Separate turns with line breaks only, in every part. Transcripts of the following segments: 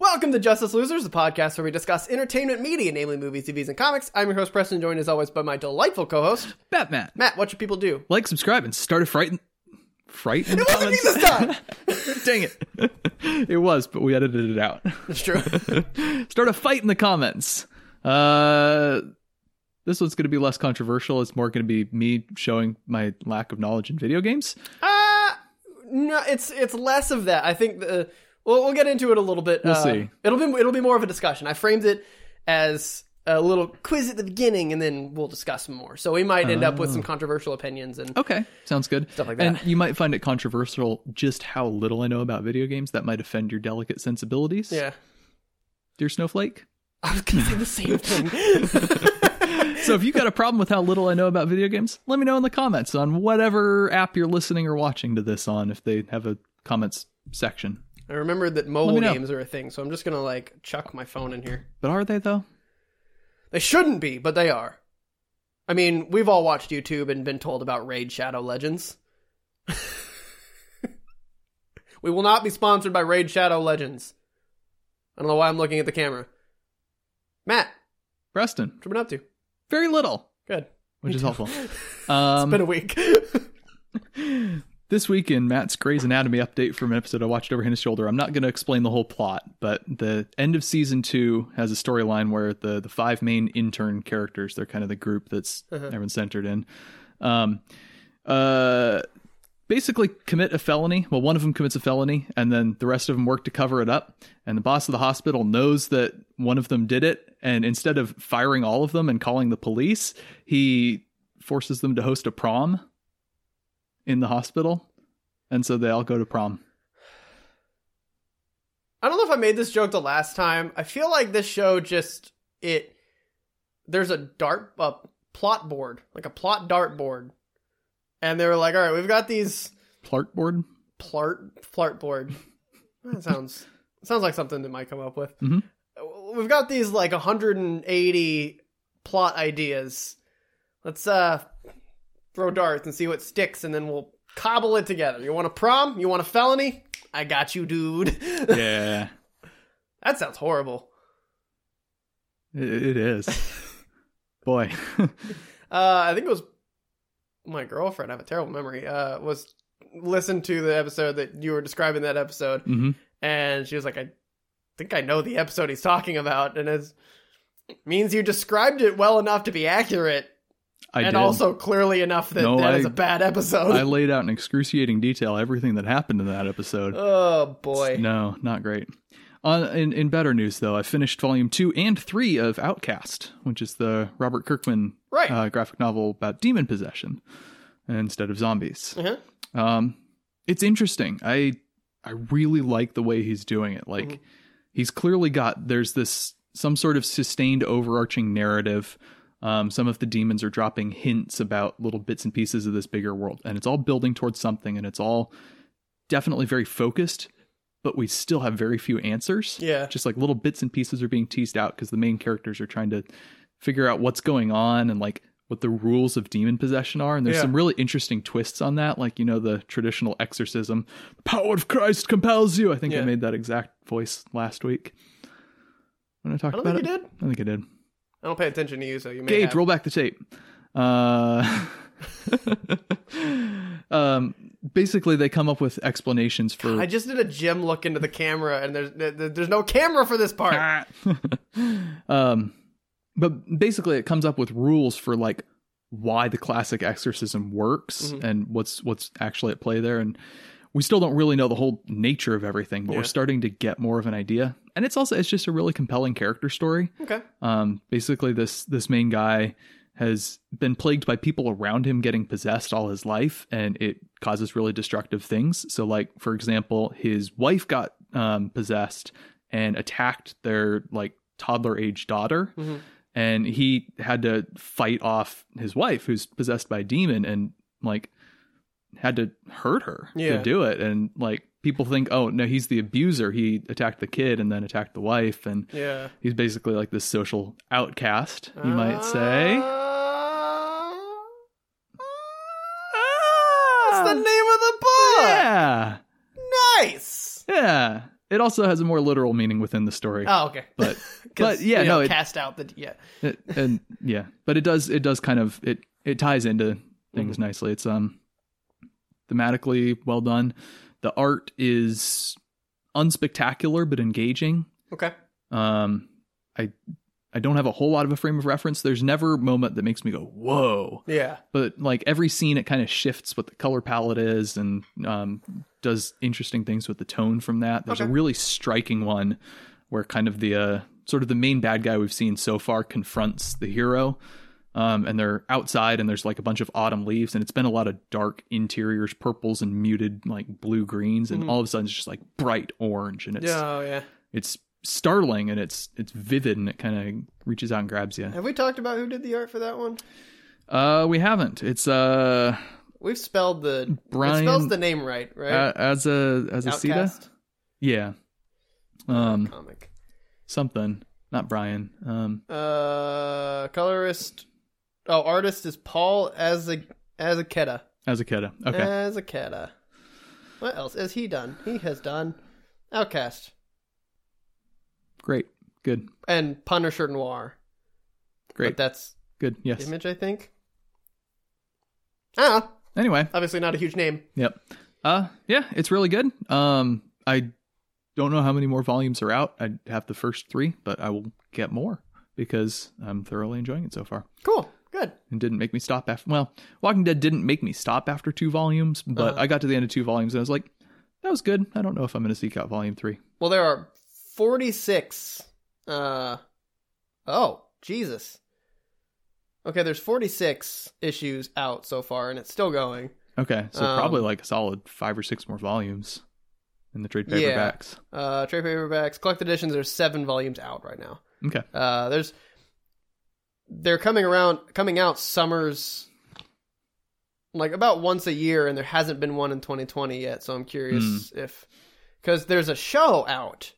Welcome to Justice Losers, the podcast where we discuss entertainment media, namely movies, TVs, and comics. I'm your host, Preston, joined as always by my delightful co-host,
Batman.
Matt. What should people do?
Like, subscribe, and start a frighten. Fright in the
It wasn't me
comments.
this time!
Dang it. it was, but we edited it out.
It's true.
start a fight in the comments. Uh, this one's going to be less controversial. It's more going to be me showing my lack of knowledge in video games.
Uh, no, it's it's less of that. I think the we'll, we'll get into it a little bit. We'll
see.
It'll be it'll be more of a discussion. I framed it as a little quiz at the beginning, and then we'll discuss more. So we might end up with some controversial opinions and
Okay, sounds good. Stuff
like that.
And you might find it controversial just how little I know about video games. That might offend your delicate sensibilities,
yeah.
dear Snowflake.
I was gonna say the same thing.
So if you've got a problem with how little I know about video games, let me know in the comments on whatever app you're listening or watching to this on if they have a comments section.
I remembered that mobile
know.
games are a thing, so I'm just gonna like chuck my phone in here.
But are they though?
They shouldn't be, but they are. I mean, we've all watched YouTube and been told about Raid Shadow Legends. we will not be sponsored by Raid Shadow Legends. I don't know why I'm looking at the camera. Matt,
Preston,
what you been up to?
very little,
Good.
which is helpful.
It's
Um,
been a week.
this week in Matt's Grey's Anatomy update from an episode I watched over his shoulder, I'm not going to explain the whole plot, but the end of season two has a storyline where the the five main intern characters, they're kind of the group that's everyone's centered in, um, uh, basically commit a felony. Well, one of them commits a felony, and then the rest of them work to cover it up. And the boss of the hospital knows that one of them did it, and instead of firing all of them and calling the police, he forces them to host a prom in the hospital, and so they all go to prom.
I don't know if I made this joke the last time. I feel like this show just it there's a dart a plot board, like a plot dart board. And they were like, "All right, we've got these
Plartboard.
plart plart board. That sounds sounds like something that might come up with.
Mhm.
We've got these like 180 plot ideas. Let's uh throw darts and see what sticks, and then we'll cobble it together. You want a prom? You want a felony? I got you, dude.
Yeah,
that sounds horrible.
it, it is. Boy,
Uh, I think it was my girlfriend. I have a terrible memory. Uh, was listened to the episode that you were describing that episode,
hmm
and she was like, "I think I know the episode he's talking about," and it's means you described it well enough to be accurate,
I
and
did.
also clearly enough that that
No,
is
I-
a bad episode.
I laid out in excruciating detail everything that happened in that episode.
oh boy,
No, not great. On in, in better news though, I finished volume two and three of Outcast, which is the Robert Kirkman
right?
uh, graphic novel about demon possession instead of zombies.
Uh-huh.
Um, it's interesting. I I really like the way he's doing it. Like
Mhm.
he's clearly got there's this some sort of sustained overarching narrative. Um, some of the demons are dropping hints about little bits and pieces of this bigger world, and it's all building towards something, and it's all definitely very focused. But we still have very few answers
Yeah,
just like little bits and pieces are being teased out because the main characters are trying to figure out what's going on and like what the rules of demon possession are and there's
Yeah.
some really interesting twists on that like you know the traditional exorcism the power of christ compels you i think
Yeah.
i made that exact voice last week when i talked
I don't
about
think
it
you did.
i think i did
I don't pay attention to you, so you may
Gage,
have.
roll back the tape. Uh, um, basically, they come up with explanations for
I just did a gym look into the camera, and there's there- there's no camera for this part.
Ah. um, but basically, it comes up with rules for like why the classic exorcism works
Mhm.
and what's what's actually at play there. And we still don't really know the whole nature of everything, but
Yeah.
we're starting to get more of an idea. And it's also it's just a really compelling character story.
Okay,
Um, basically, this this main guy has been plagued by people around him getting possessed all his life, and it causes really destructive things. So, like for example, his wife got um, possessed and attacked their like toddler age daughter,
Mhm.
and he had to fight off his wife, who's possessed by a demon, and like had to hurt her
Yeah.
to do it. And like people think, oh no, he's the abuser. He attacked the kid and then attacked the wife, and
yeah,
He's basically like this social outcast, you
Ah.
might say.
That's the name of the book.
Ah. Yeah.
Nice.
Yeah. It also has a more literal meaning within the story.
Oh, okay.
But
'Cause,
But, yeah,
you know,
no, it-
cast out the yeah.
it, and yeah, but it does it does kind of it it ties into
Mm-hmm.
things nicely. It's um thematically well done. The art is unspectacular but engaging.
Okay.
Um I I don't have a whole lot of a frame of reference. There's never a moment that makes me go, "Whoa."
Yeah.
but like every scene it kind of shifts what the color palette is and um, does interesting things with the tone from that there's
Okay.
a really striking one where kind of the uh, sort of the main bad guy we've seen so far confronts the hero um, and they're outside and there's like a bunch of autumn leaves and it's been a lot of dark interiors purples and muted like blue greens and
Mhm.
all of a sudden it's just like bright orange and it's
Yeah. Oh, yeah.
it's startling and it's it's vivid and it kind of reaches out and grabs you
Have we talked about who did the art for that one?
uh we haven't it's uh
We've spelled the
Brian
It spells the name right, right?
Uh, as a as a Sita?
Outcast Oh,
Yeah. Um
comic.
something. Not Brian. Um
Uh, colorist. Oh, artist is Paul as a as a Keta.
Azaketa. Okay.
As a Keta. What else has he done? He has done Outcast
Great. Good.
and Punisher Noir.
Great.
But that's
Good. Yes.
Image, I think. Ah,
Anyway.
obviously not a huge name.
Yep. Uh yeah, it's really good. Um I don't know how many more volumes are out. I have the first 3, but I will get more because I'm thoroughly enjoying it so far.
Cool. Good.
and didn't make me stop after well walking dead didn't make me stop after two volumes but
Uh-huh.
i got to the end of two volumes and i was like that was good i don't know if i'm going to seek out volume three
Well, there are 46. Uh, oh, Jesus. Okay, there's 46 issues out so far, and it's still going.
okay so
Um,
probably like a solid five or six more volumes in the trade
Yeah.
paperbacks
Uh, trade paperbacks, collected editions. There's seven volumes out right now.
okay
Uh, there's they're coming around, coming out summers, like about once a year, and there hasn't been one in 2020 yet. So I'm curious if because there's a show out.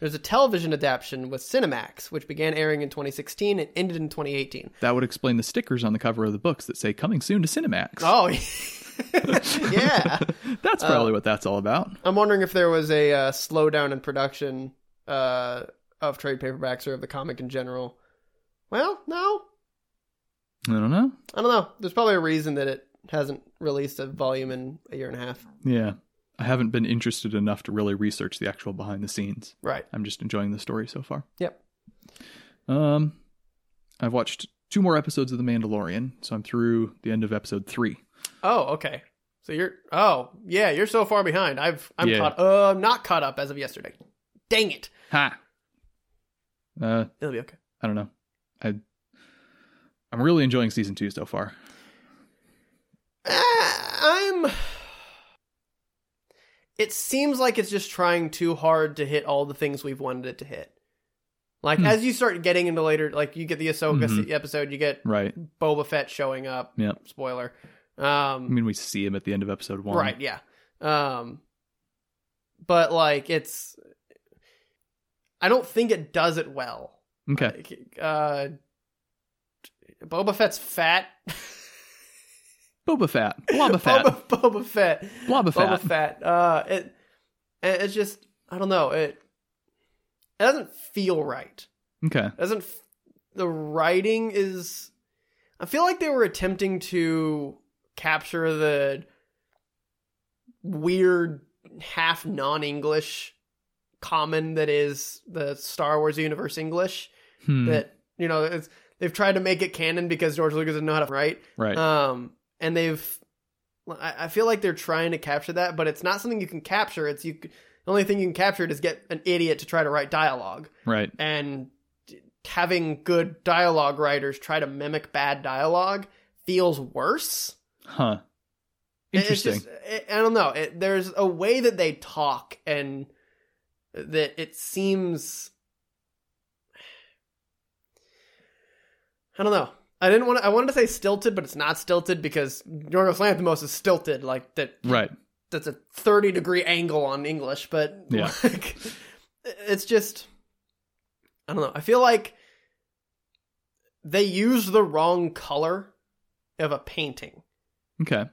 There's a television adaptation with Cinemax, which began airing in 2016 and ended in 2018.
that would explain the stickers on the cover of the books that say coming soon to cinemax
Oh, yeah. Uh,
that's probably what that's all about
I'm wondering if there was a uh, slowdown in production uh, of trade paperbacks or of the comic in general. Well, no,
i don't know
I don't know. There's probably a reason that it hasn't released a volume in a year and a half.
yeah i haven't been interested enough to really research the actual behind the scenes
Right.
i'm just enjoying the story so far
Yep.
Um, I've watched two more episodes of The Mandalorian, so I'm through the end of episode three.
Oh, okay. So you're oh yeah, you're so far behind. I've I'm
Yeah.
caught. Uh, I'm not caught up as of yesterday. Dang it.
Ha. Uh,
It'll be okay.
I don't know. I I'm really enjoying season two so far.
Ah, I'm. It seems like it's just trying too hard to hit all the things we've wanted it to hit. Like
Hmm.
as you start getting into later, like you get the Ahsoka
Mhm.
se- episode, you get
Right.
Boba Fett showing up.
Yeah.
Spoiler.
I
Um,
mean, we see him at the end of episode one.
Right, yeah. Um but like it's I don't think it does it well.
Okay.
Like, Uh Boba Fett's fat.
Boba Fett. Bloba Fett.
Boba, Boba Fett.
Bloba
Boba
Fett.
Fett. Uh it and it's just I don't know. It it doesn't feel right.
Okay.
doesn't f- the writing is i feel like they were attempting to capture the weird half non-english common that is the star wars universe english
Hmm.
that you know it's, they've tried to make it canon because george lucas didn't know how to write
Right.
um and they've I, I feel like they're trying to capture that but it's not something you can capture it's you c- the only thing you can capture it is get an idiot to try to write dialogue
right.
and having good dialogue writers try to mimic bad dialogue feels worse.
Huh.
It-
Interesting.
It's just, it, I don't know. It, there's a way that they talk and that it seems. I don't know. I didn't want. To, I wanted to say stilted, but it's not stilted because Yorgos Lanthimos is stilted. Like that
right.
that's a 30 degree angle on English, but
Yeah.
like, it's just I don't know. I feel like they used the wrong color of a painting.
Okay.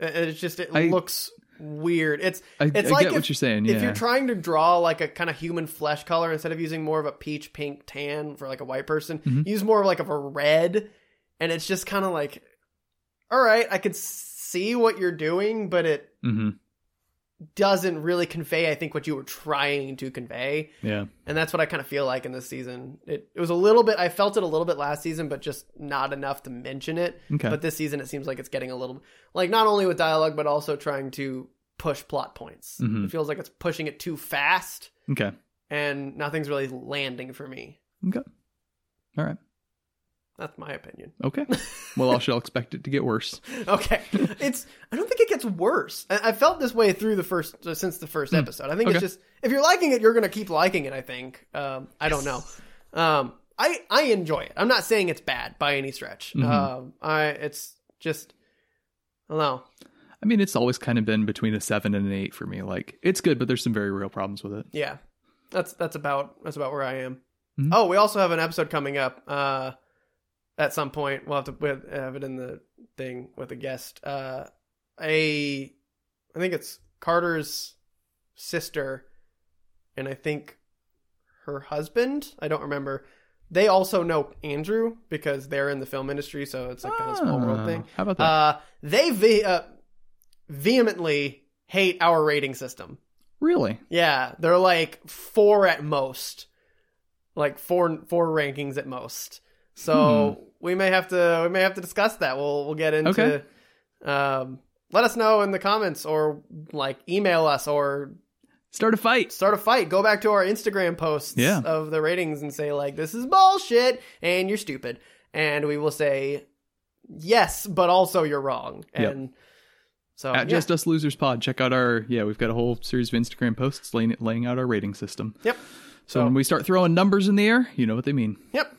It- It's just it
I-
looks weird. It's
I,
it's
I
like if,
get what you're saying. Yeah.
if you're trying to draw like a kind of human flesh color instead of using more of a peach, pink, tan for like a white person,
Mhm.
use more of like of a red, and it's just kind of like, all right, I could see what you're doing, but it
hmm
doesn't really convey, I think, what you were trying to convey,
Yeah.
and that's what I kind of feel like in this season. It it was a little bit, I felt it a little bit last season, but just not enough to mention it.
Okay.
But this season, it seems like it's getting a little like not only with dialogue, but also trying to push plot points.
Mhm.
It feels like it's pushing it too fast,
okay.
and nothing's really landing for me.
Okay. All right.
That's my opinion.
Okay. Well, I shall expect it to get worse.
Okay, it's. I don't think it gets worse. I, I felt this way through the first uh, since the first episode. I think it's
Okay.
just if you're liking it, you're gonna keep liking it. I think. Um, I don't know. Um, I I enjoy it. I'm not saying it's bad by any stretch.
Mhm.
Um, I it's just. I don't know.
I mean, it's always kind of been between a seven and an eight for me. Like, it's good, but there's some very real problems with it.
yeah that's that's about that's about where i am
Mhm.
oh we also have an episode coming up uh at some point we'll have to we have- have it in the thing with a guest uh a i think it's carter's sister and i think her husband i don't remember they also know andrew because they're in the film industry so it's like kind of small world
Ah,
thing
How about that?
uh they ve- uh, vehemently hate our rating system
really?
yeah, they're like four at most, like four four rankings at most. So we may have to we may have to discuss that. We'll we'll get into.
Hmm. Okay.
Um, let us know in the comments or like email us or
Start a fight.
start a fight. Go back to our Instagram posts
Yeah.
of the ratings and say like this is bullshit and you're stupid, and we will say yes, but also you're wrong.
Yep.
And so
At
Um, yeah.
Just Us Losers Pod, check out our, yeah, we've got a whole series of Instagram posts laying, laying out our rating system.
Yep.
So,
So-
when we start throwing numbers in the air, you know what they mean.
yep.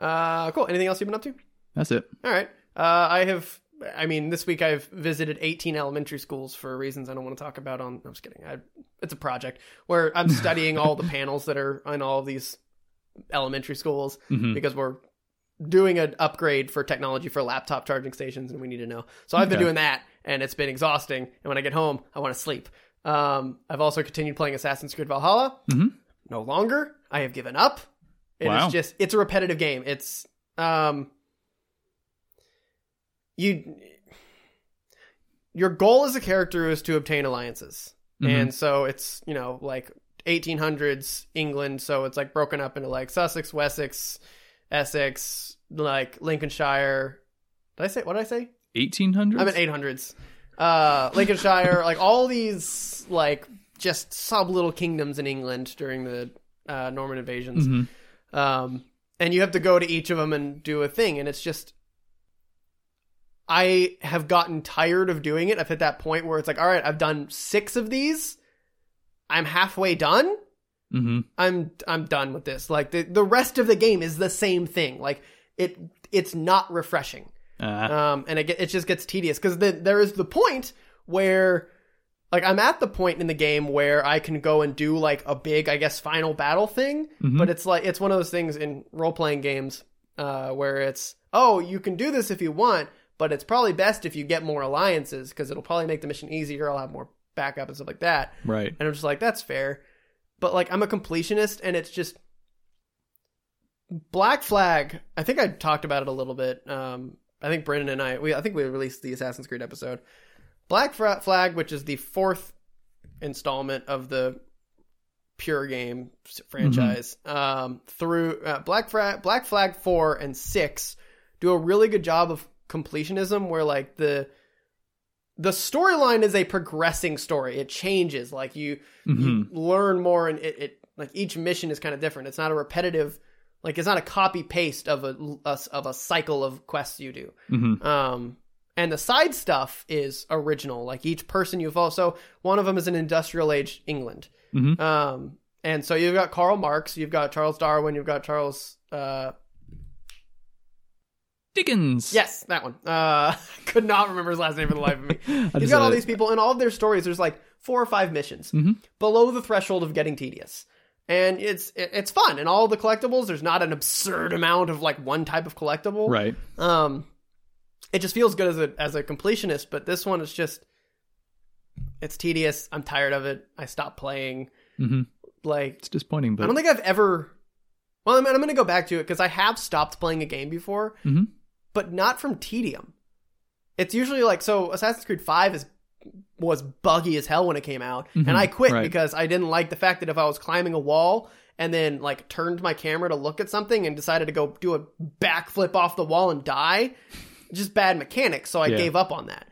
Uh, cool. Anything else you've been up to?
That's it.
All right. Uh, I have. I mean, this week I've visited 18 elementary schools for reasons I don't want to talk about. On I'm just kidding. I, it's a project where I'm studying all the panels that are in all these elementary schools
Mhm.
because we're doing an upgrade for technology for laptop charging stations, and we need to know. So I've been
Okay.
doing that, and it's been exhausting. And when I get home, I want to sleep. Um, I've also continued playing Assassin's Creed Valhalla.
Mhm.
No longer. I have given up. It is
Wow.
just it's a repetitive game. It's um you your goal as a character is to obtain alliances.
Mhm.
And so it's, you know, like 1800s England, so it's like broken up into like Sussex, Wessex, Essex, like Lincolnshire. Did I say what did I say?
1800s?
I'm in 800s. Uh, Lincolnshire, like all these like just sub little kingdoms in England during the uh, Norman invasions.
Mhm.
Um, and you have to go to each of them and do a thing, and it's just I have gotten tired of doing it. I've hit that point where it's like, all right, I've done six of these. I'm halfway done.
Mhm.
I'm I'm done with this. Like the the rest of the game is the same thing. Like it it's not refreshing
Ah,
um, and it, get, it just gets tedious because then there is the point where like i'm at the point in the game where i can go and do like a big i guess final battle thing
Mhm.
but it's like it's one of those things in role-playing games uh, where it's oh you can do this if you want but it's probably best if you get more alliances because it'll probably make the mission easier i'll have more backup and stuff like that
right.
and I'm just like, that's fair. But like, I'm a completionist, and it's just Black Flag. I think I talked about it a little bit. Um, I think Brennan and I, we, I think we released the Assassin's Creed episode. Black Fra- Flag, which is the fourth installment of the pure game s- franchise, um, through uh, Black Fra- Black Flag four and six, do a really good job of completionism, where like the the storyline is a progressing story. It changes. Like you,
Mhm.
you learn more, and it, it like each mission is kind of different. It's not a repetitive, like it's not a copy paste of a, a- of a cycle of quests you do.
Mhm.
Um, and the side stuff is original. Like each person you follow. So one of them is an industrial age England.
Mhm.
Um, and so you've got Karl Marx, you've got Charles Darwin, you've got Charles. Uh,
Dickens.
yes, that one. Uh, could not remember his last name for the life of me.
I
You've
just,
got all
uh,
these people, and all of their stories. There's like four or five missions
Mhm.
below the threshold of getting tedious, and it's it- it's fun. And all the collectibles. There's not an absurd amount of like one type of collectible.
Right.
Um, it just feels good as a as a completionist. But this one is just It's tedious. I'm tired of it. I stopped playing.
hmm
Like
It's disappointing,
I
but
don't think I've ever. Well, I'm, I'm going to go back to it because I have stopped playing a game before,
Mhm.
but not from tedium. It's usually like so. Assassin's Creed Five is was buggy as hell when it came out,
Mhm,
and I quit
right.
because I didn't like the fact that if I was climbing a wall and then like turned my camera to look at something and decided to go do a backflip off the wall and die, just bad mechanics. So I
Yeah.
gave up on that.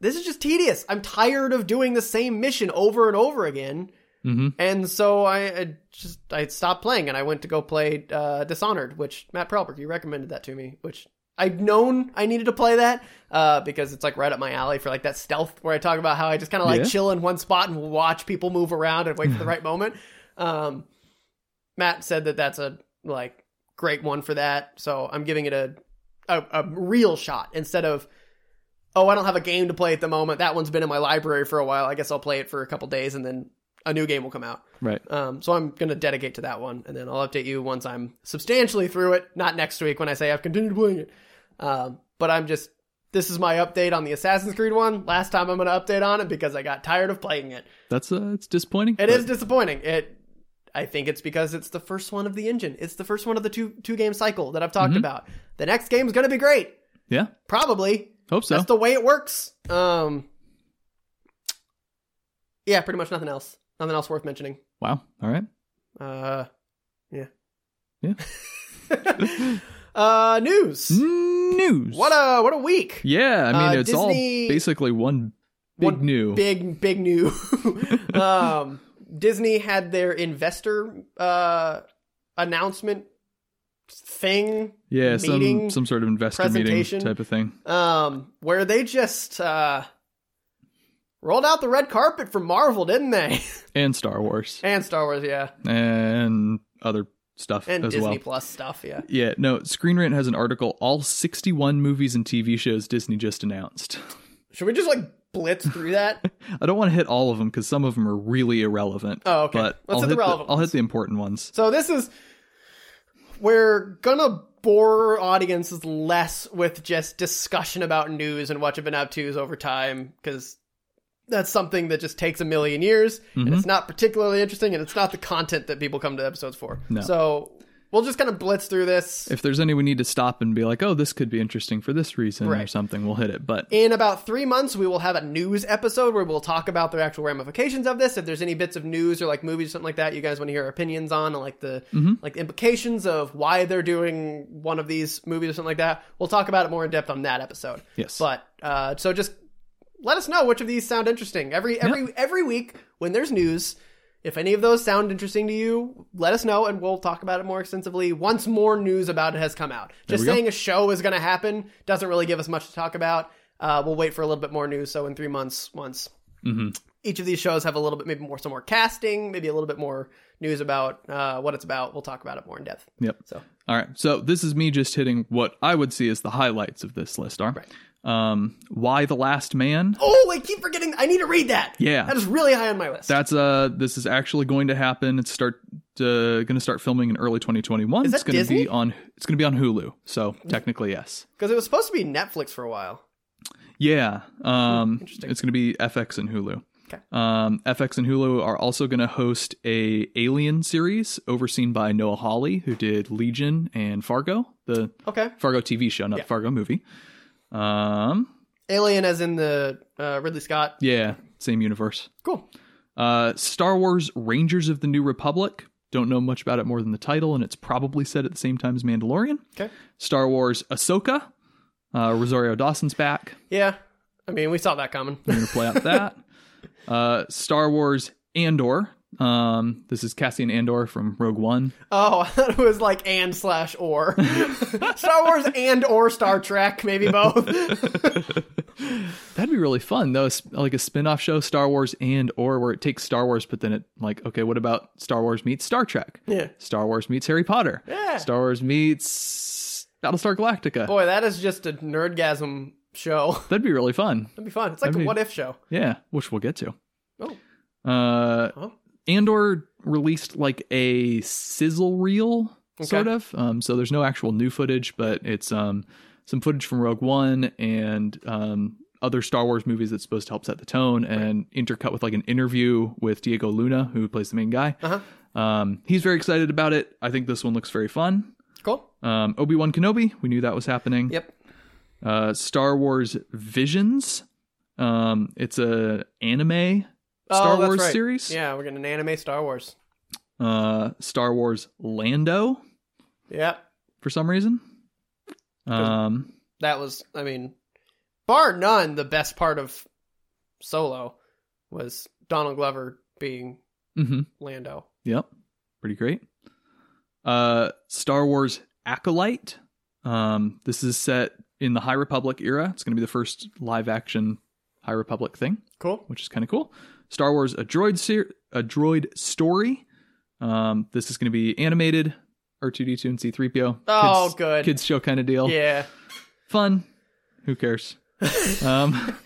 This is just tedious. I'm tired of doing the same mission over and over again
hmm
and so I, I just I stopped playing and I went to go play uh, Dishonored, which Matt Prelberg you recommended that to me, which I'd known I needed to play that uh, because it's like right up my alley for like that stealth where I talk about how I just kind of like
Yeah.
chill in one spot and watch people move around and wait for the right moment. Um, Matt said that that's a like great one for that, so I'm giving it a a, a real shot instead of oh I don't have a game to play at the moment. That one's been in my library for a while. I guess I'll play it for a couple days and then a new game will come out.
right.
Um, so I'm going to dedicate to that one, and then I'll update you once I'm substantially through it. Not next week when I say I've continued playing it. Um, but I'm just this is my update on the Assassin's Creed one. Last time I'm going to update on it because I got tired of playing it.
That's uh, it's disappointing.
It is disappointing. It I think it's because it's the first one of the engine. It's the first one of the two two game cycle that I've talked
Mhm.
about. The next game is going to be great,
Yeah,
probably.
hope so.
That's the way it works. Um, yeah, pretty much nothing else. Nothing else worth mentioning.
wow. All right.
Uh, yeah.
Yeah.
uh, news.
News.
What a what a week.
Yeah, I mean
Uh,
it's
Disney-
all basically one big
One
new.
Big big new. um, Disney had their investor uh announcement thing
yeah, some
meeting,
some sort of investor meeting
presentation.
type of thing.
um where they just uh rolled out the red carpet for Marvel, didn't they?
And Star Wars
and Star Wars, yeah,
and other stuff
and
as
Disney
well.
Plus stuff, yeah.
Yeah, no, Screen Rant has an article all 61 movies and TV shows Disney just announced.
Should we just like blitz through that?
I don't want to hit all of them cuz some of them are really irrelevant.
Oh, okay.
But
Let's
I'll
hit the
hit
relevant
I'll
ones.
hit the important ones.
So this is we're gonna bore audiences less with just discussion about news and what you've been up to's over time because that's something that just takes a million years and
Mhm.
it's not particularly interesting and it's not the content that people come to episodes for.
No.
So we'll just kind of blitz through this.
If there's any we need to stop and be like, "Oh, this could be interesting for this reason or
Right.
something," we'll hit it. But
in about three months, we will have a news episode where we'll talk about the actual ramifications of this. If there's any bits of news or like movies or something like that, you guys want to hear our opinions on, and like the like the implications of why they're doing one of these movies or something like that, we'll talk about it more in depth on that episode.
yes.
But uh, so just let us know which of these sound interesting. Every every every week when there's news, if any of those sound interesting to you, let us know and we'll talk about it more extensively once more news about it has come out. Just
we go.
saying a show is going to happen doesn't really give us much to talk about. Uh, we'll wait for a little bit more news. So in three months, once
Mhm.
each of these shows have a little bit, maybe more, some more casting, maybe a little bit more news about uh, what it's about. We'll talk about it more in depth.
Yep.
So.
All right. So this is me just hitting what I would see as the highlights of this list are. Um, Why the Last Man?
Oh, I keep forgetting. I need to read that.
Yeah.
that is really high on my list.
That's uh, this is actually going to happen. It's start uh, going to start filming in early 2021.
Is that
it's going to
Disney?
be on. It's going to be on Hulu. So technically, yes.
Because it was supposed to be Netflix for a while.
Yeah. Um,
interesting.
it's going to be FX and Hulu.
Okay.
Um, FX and Hulu are also going to host a Alien series overseen by Noah Hawley, who did Legion and Fargo, the
Okay.
Fargo TV show, not
Yeah.
Fargo movie. Um,
Alien, as in the uh, Ridley Scott.
Yeah, same universe.
Cool.
Uh, Star Wars Rangers of the New Republic. Don't know much about it more than the title, and it's probably set at the same time as Mandalorian.
Okay.
Star Wars Ahsoka. Uh, Rosario Dawson's back.
Yeah. I mean, we saw that coming.
I'm going to play out that. Uh, Star Wars Andor. Um, this is Cassian Andor from Rogue One.
oh, I thought it was like and slash or Star Wars and or Star Trek, maybe both.
That'd be really fun, though. s- Like a spin-off show, Star Wars and or where it takes Star Wars, but then it like, okay, what about Star Wars meets Star Trek?
yeah.
Star Wars meets Harry Potter.
Yeah.
Star Wars meets Battlestar Galactica.
Boy, that is just a nerdgasm show.
That'd be really fun.
That'd be fun. It's like
That'd
a
be-
what if show.
Yeah, which we'll get to.
Oh.
Uh,
Huh?
Andor released like a sizzle reel, sort of. Um, so there's no actual new footage, but it's um some footage from Rogue One and um other Star Wars movies that's supposed to help set the tone and intercut with like an interview with Diego Luna, who plays the main guy.
Uh-huh.
Um, he's very excited about it. I think this one looks very fun.
Cool.
Um, Obi Wan Kenobi, we knew that was happening.
Yep.
Uh, Star Wars Visions. Um, it's a anime
Oh,
Star
that's
Wars
right.
series.
Yeah, we're getting an anime Star Wars.
Uh, Star Wars Lando
Yep.
for some reason. Um,
That was I mean, bar none, the best part of Solo was Donald Glover being
mhm.
Lando.
Yep. Pretty great. Uh Star Wars Acolyte. Um this is set in the High Republic era. It's going to be the first live action High Republic thing,
Cool.
which is kind of cool. Star Wars A Droid ser- A Droid Story. Um this is going to be animated R2D2 and C3PO.
Oh,
kids,
good.
Kids show kind of deal.
Yeah.
Fun. Who cares? um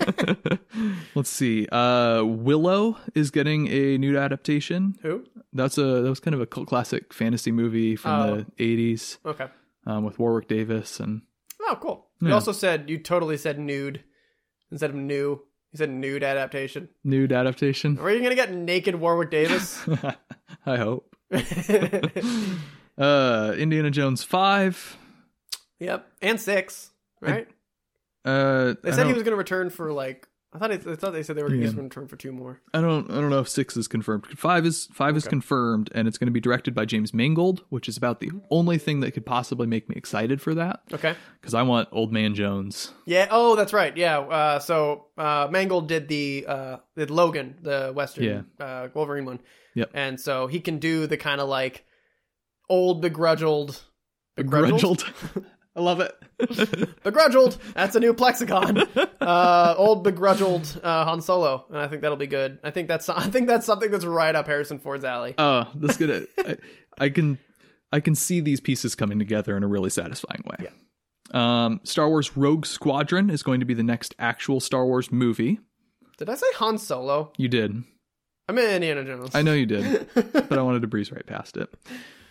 let's see. Uh Willow is getting a new adaptation.
Who?
That's a that was kind of a cult classic fantasy movie from
Oh.
the eighties
Okay.
um, with Warwick Davis and
Oh, cool. You
Yeah.
also said you totally said nude instead of new. You said nude adaptation.
nude adaptation.
Are you gonna get naked Warwick Davis?
I hope.
yep.
Uh, Indiana Jones five.
And six. Right?
Uh,
they
I
said he
don't-
was gonna return for like I thought it, I thought they said they were gonna
Yeah.
use him to return for two more.
I don't. I don't know if six is confirmed. Five is five is
Okay.
confirmed, and it's going to be directed by James Mangold, which is about the only thing that could possibly make me excited for that
Okay.
because I want Old Man Jones.
Yeah. Oh, that's right. Yeah. Uh, so uh, Mangold did the uh, did Logan, the Western uh, Wolverine one.
Yep.
And so he can do the kind of like old begrudged, begrudged,
Grudged. I love it.
begrudged. That's a new plexicon. uh, old begrudged uh, Han Solo, and I think that'll be good. I think that's I think that's something that's right up Harrison Ford's alley.
Oh, that's gonna. I, I can, I can see these pieces coming together in a really satisfying way. Um, Star Wars Rogue Squadron is going to be the next actual Star Wars movie.
Did I say Han Solo?
You did.
I'm in Indiana Jones.
I know you did, but I wanted to breeze right past it.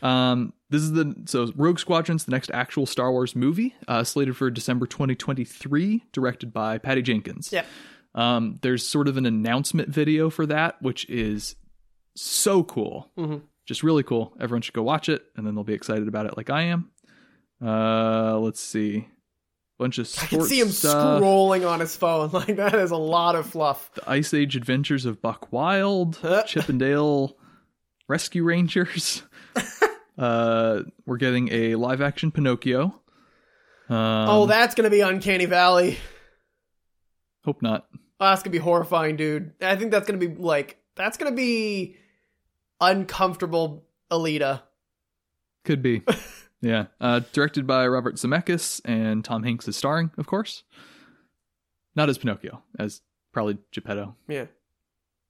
Um, this is the so Rogue Squadron's the next actual Star Wars movie, uh, slated for December 2023, directed by Patty Jenkins.
Yeah.
Um, there's sort of an announcement video for that, which is so cool.
Mhm.
Just really cool. Everyone should go watch it, and then they'll be excited about it like I am. Uh, let's see. Bunch of
I
sports uh,
can see him
stuff.
scrolling on his phone like that is a lot of fluff.
The Ice Age Adventures of Buck Wild,
Huh.
Chippendale Rescue Rangers. uh, we're getting a live action Pinocchio. Um,
oh, that's gonna be Uncanny Valley.
Hope not.
Oh, that's gonna be horrifying, dude. I think that's gonna be like that's gonna be uncomfortable, Alita.
Could be. yeah. Uh, directed by Robert Zemeckis, and Tom Hanks is starring, of course. Not as Pinocchio, as probably Geppetto.
Yeah.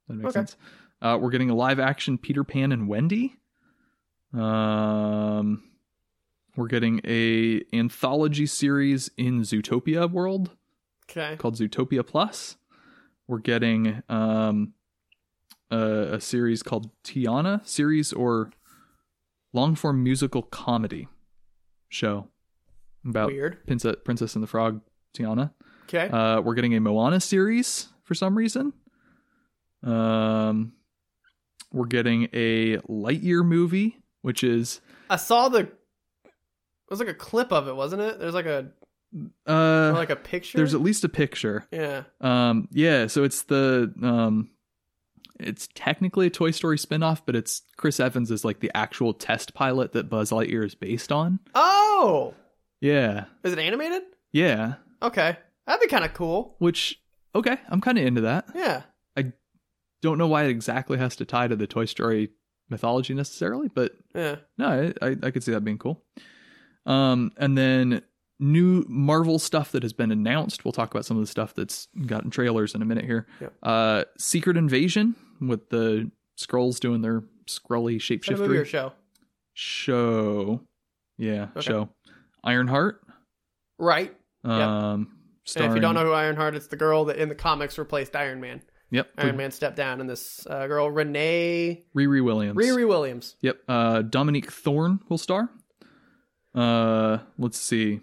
That makes
Okay.
sense. Uh, we're getting a live action Peter Pan and Wendy. Um, we're getting a anthology series in Zootopia world
Okay.
called Zootopia Plus. We're getting um, a, a series called Tiana series or long form musical comedy show about
Weird.
Princess, Princess and the Frog Tiana.
Okay.
Uh, we're getting a Moana series for some reason. Um, we're getting a Lightyear movie, which is
I saw the it was like a clip of it, wasn't it? There's like a
uh,
or like a picture.
there's at least a picture.
yeah.
Um, yeah, so it's the um, it's technically a Toy Story spinoff, but it's Chris Evans is like the actual test pilot that Buzz Lightyear is based on.
Oh,
Yeah,
is it animated?
yeah.
Okay, that'd be kind of cool.
Which okay, I'm kind of into that.
Yeah.
Don't know why it exactly has to tie to the Toy Story mythology necessarily, but
Yeah.
No, I, I, I could see that being cool. Um, and then new Marvel stuff that has been announced. We'll talk about some of the stuff that's gotten trailers in a minute here.
Yep.
Uh, Secret Invasion with the Scrolls doing their Scrolly
Is that a movie or
shapeshifter
show?
show. Yeah,
Okay.
show. Ironheart.
Right.
Um,
And
starring,
if you don't know who Ironheart, it's the girl that in the comics replaced Iron Man.
yep,
Iron Man stepped down, and this uh, girl Renee
Riri Williams.
Riri Williams.
Yep. Uh, Dominique Thorne will star. Uh, let's see.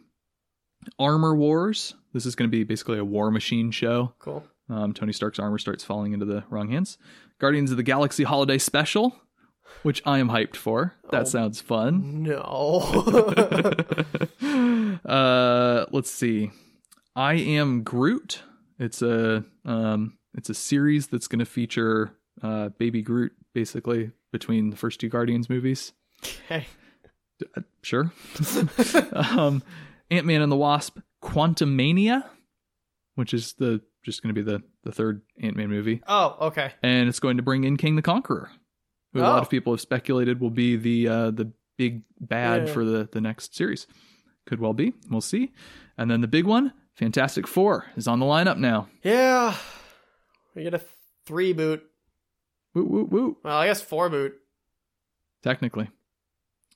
Armor Wars. This is going to be basically a war machine show.
Cool.
Um, Tony Stark's armor starts falling into the wrong hands. Guardians of the Galaxy Holiday Special, which I am hyped for. That
Oh.
sounds fun.
No.
uh, let's see. I am Groot. It's a um, it's a series that's going to feature uh, Baby Groot, basically between the first two Guardians movies.
okay.
Sure. um, Ant Man and the Wasp, Quantum Mania, which is the just going to be the the third Ant Man movie,
Oh, okay.
and it's going to bring in King the Conqueror, who a
Oh.
lot of people have speculated will be the uh, the big bad
Yeah.
for the the next series. Could well be. We'll see. And then the big one, Fantastic Four, is on the lineup now.
Yeah. We get a three boot.
Woo woo woo.
Well, I guess four boot.
Technically,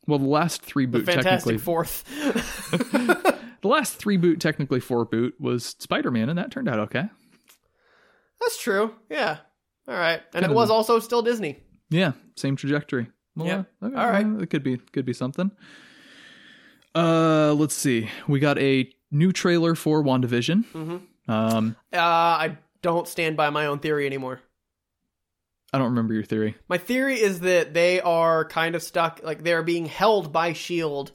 well, the last three
The
boot technically
fantastic fourth.
the last three boot technically four boot was Spider Man, and that turned out okay.
That's true. Yeah. All right. And
Kind
it
of
was
the-
also still Disney.
Yeah, same trajectory. Well,
Yeah.
uh, okay,
All right.
well, It could be could be something. Uh, let's see. We got a new trailer for WandaVision.
Mm-hmm.
Um,
Uh, I don't stand by my own theory anymore.
I don't remember your theory.
My theory is that they are kind of stuck, like they're being held by Shield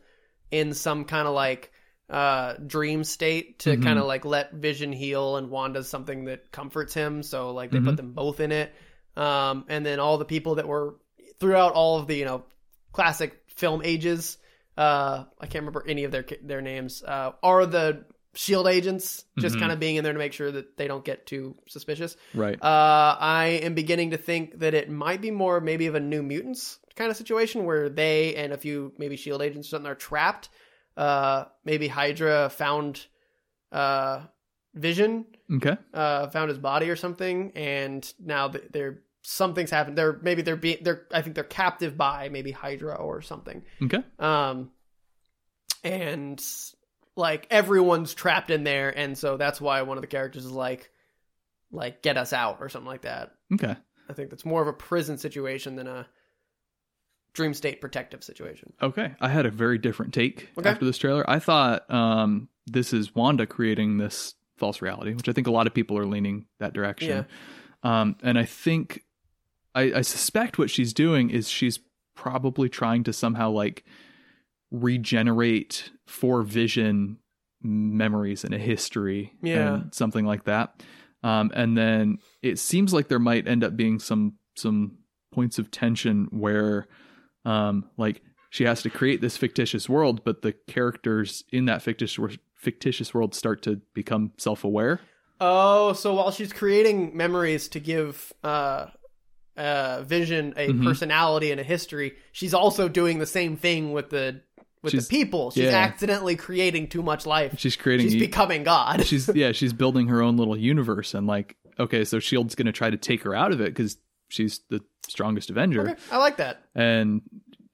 E in some kind of like uh dream state to
Mhm.
kind of like let Vision heal and Wanda's something that comforts him. So like they
Mhm.
put them both in it, um, and then all the people that were throughout all of the you know classic film ages. Uh, I can't remember any of their their names. Uh, are the Shield E agents just
Mhm.
kind of being in there to make sure that they don't get too suspicious?
Right.
Uh, I am beginning to think that it might be more maybe of a New Mutants kind of situation where they and a few maybe Shield E agents or something are trapped. Uh, maybe Hydra found uh, Vision,
okay.
uh, found his body or something, and now th- they're something's happened. They're maybe they're being they're I think they're captive by maybe Hydra or something.
Okay.
Um, and like everyone's trapped in there, and so that's why one of the characters is like, like get us out or something like that.
Okay.
I think that's more of a prison situation than a dream state protective situation.
Okay. I had a very different take
Okay.
after this trailer. I thought um, this is Wanda creating this false reality, which I think a lot of people are leaning that direction. Um, and I think, I, I suspect what she's doing is she's probably trying to somehow like regenerate for vision memories and a history
Yeah.
and something like that. Um, and then it seems like there might end up being some some points of tension where um, like she has to create this fictitious world, but the characters in that fictitious wor- fictitious world start to become self aware.
Oh, so while she's creating memories to give uh, uh, Vision a
Mhm.
personality and a history, she's also doing the same thing with the with
She's-
the people. She's
yeah.
accidentally creating too much life.
She's creating e-
She's
a-
becoming God.
she's yeah she's building her own little universe and like okay so shield's gonna try to take her out of it because she's the strongest avenger
Okay, I like that.
and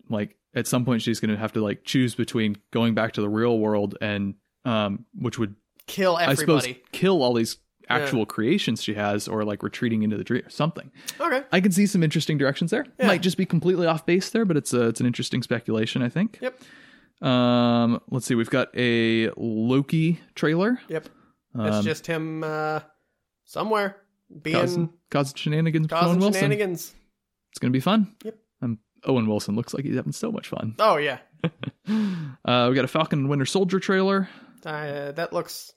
like at some point she's gonna have to like choose between going back to the real world and um which would
Kill
i
everybody.
suppose kill all these
Yeah.
actual creations she has or like retreating into the dream or something
Okay.
i can see some interesting directions there
Yeah.
might just be completely off base there but it's a it's an interesting speculation i think
Yep.
um let's see we've got a loki trailer
Yep.
um,
It's just him uh, somewhere being
causing, causing shenanigans with Owen
causing
Wilson.
shenanigans.
It's going to be fun.
Yep.
Um, Owen Wilson looks like he's having so much fun.
Oh yeah,
Uh, we got a Falcon and Winter Soldier trailer.
uh, that looks.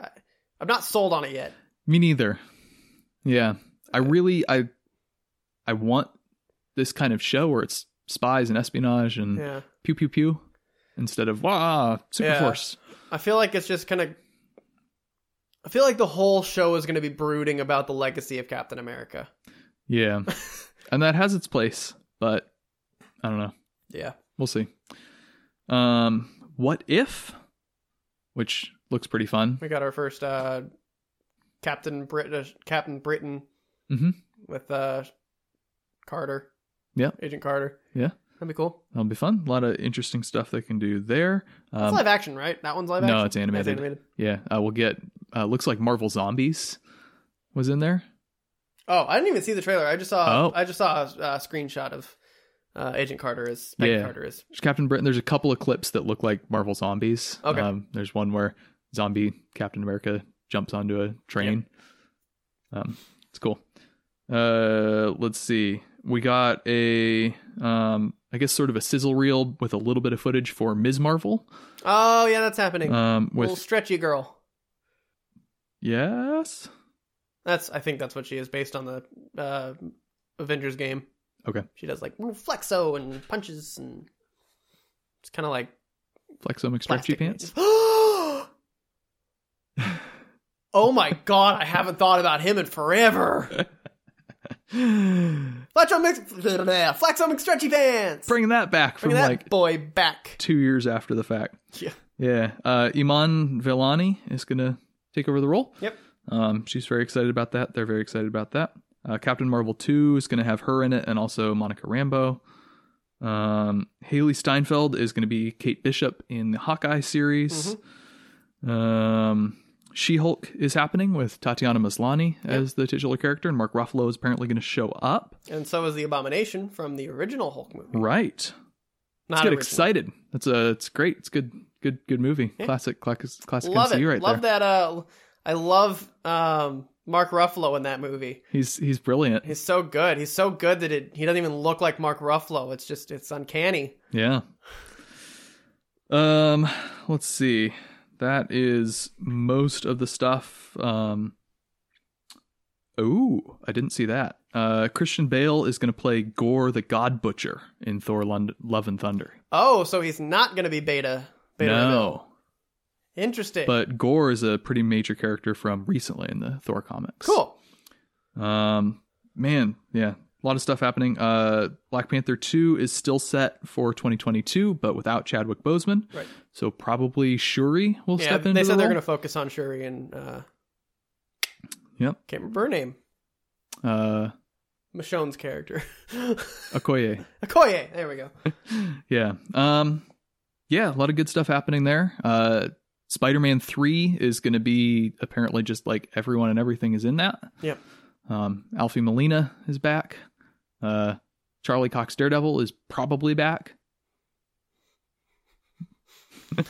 I, I'm not sold on it yet.
Me neither. Yeah, I really i I want this kind of show where it's spies and espionage and
Yeah,
pew pew pew instead of wow super
Yeah.
force.
I feel like it's just kind of. I feel like the whole show is going to be brooding about the legacy of Captain America.
Yeah, and that has its place, but I don't know.
Yeah.
We'll see. Um, what if? Which looks pretty fun.
We got our first uh, Captain British Captain Britain
Mhm.
with uh, Carter.
Yeah.
Agent Carter.
Yeah.
that'd be cool.
That'll be fun. A lot of interesting stuff they can do there.
It's
Um,
live action, right? That one's live action.
no, it's animated.
That's animated.
Yeah, uh, we'll get. Uh, looks like Marvel Zombies was in there.
Oh, I didn't even see the trailer. I just saw.
Oh.
I just saw a, a screenshot of uh, Agent Carter is. Peggy
Yeah.
Carter is.
There's Captain Britain. There's a couple of clips that look like Marvel zombies.
Okay.
Um, there's one where zombie Captain America jumps onto a train. Um, it's cool. Uh, let's see. We got a, um, I guess, sort of a sizzle reel with a little bit of footage for Ms. Marvel.
Oh yeah, that's happening.
Um,
Little
with
stretchy girl.
yes,
That's I think that's what she is based on the uh, Avengers game.
Okay.
She does like little flexo and punches and it's kind of like
Flexo
plastic
McStretchy pants.
oh my god, I haven't thought about him in forever. Flexo mix Flexo McStretchy pants.
Bringing that back from
Bring that
like
boy back.
two years after the fact.
Yeah.
Yeah. Uh, Iman Vellani is going to take over the role.
Yep.
Um, she's very excited about that. They're very excited about that. Uh, Captain Marvel 2 is going to have her in it and also Monica Rambeau. Um, Haley Steinfeld is going to be Kate Bishop in the Hawkeye series.
Mm-hmm.
Um, she Hulk is happening with Tatiana Maslany as the titular character, and Mark Ruffalo is apparently going to show up.
And so is the Abomination from the original Hulk movie.
Right.
Not
Let's get
original.
Hmm. excited. That's a. It's great. It's good. Good. Good movie. Classic. Classic. Classic
Love
MCU
it.
right
love
there.
that. Uh, I love um, Mark Ruffalo in that movie.
He's he's brilliant.
He's so good. He's so good that it, he doesn't even look like Mark Ruffalo. It's just it's uncanny.
Yeah. Um, let's see. That is most of the stuff. Um Ooh, I didn't see that. Uh Christian Bale is going to play Gore the God Butcher in Thor Lond- Love and Thunder.
Oh, so he's not going to be Beta. Beta Ray
no.
Bill. Interesting.
But Gore is a pretty major character from recently in the Thor comics.
cool.
Um man, yeah. A lot of stuff happening. Uh Black Panther 2 is still set for 2022 but without Chadwick Boseman.
Right.
So probably Shuri will
Yeah,
step in.
they said they're going to focus on Shuri and uh,
Yep.
can't remember her name.
Uh,
Michonne's character,
Okoye.
Okoye. There we go.
Yeah. Um, yeah, a lot of good stuff happening there. Uh, Spider Man 3 is going to be apparently just like everyone and everything is in that.
Yep.
Um, Alfie Molina is back. Uh, Charlie Cox Daredevil is probably back.
I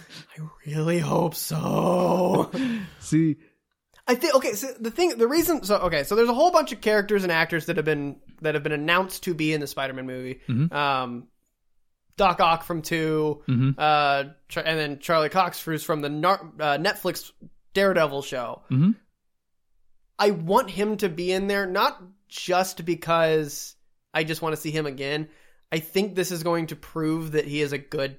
really hope so.
See,
I think okay. So the thing, the reason, so okay, so there's a whole bunch of characters and actors that have been that have been announced to be in the Spider-Man movie.
Mhm.
Um, Doc Ock from 2
Mhm.
uh, Char- and then Charlie Cox, who's from the Nar- uh, Netflix Daredevil show.
Mhm.
I want him to be in there, not just because I just want to see him again. I think this is going to prove that he is a good.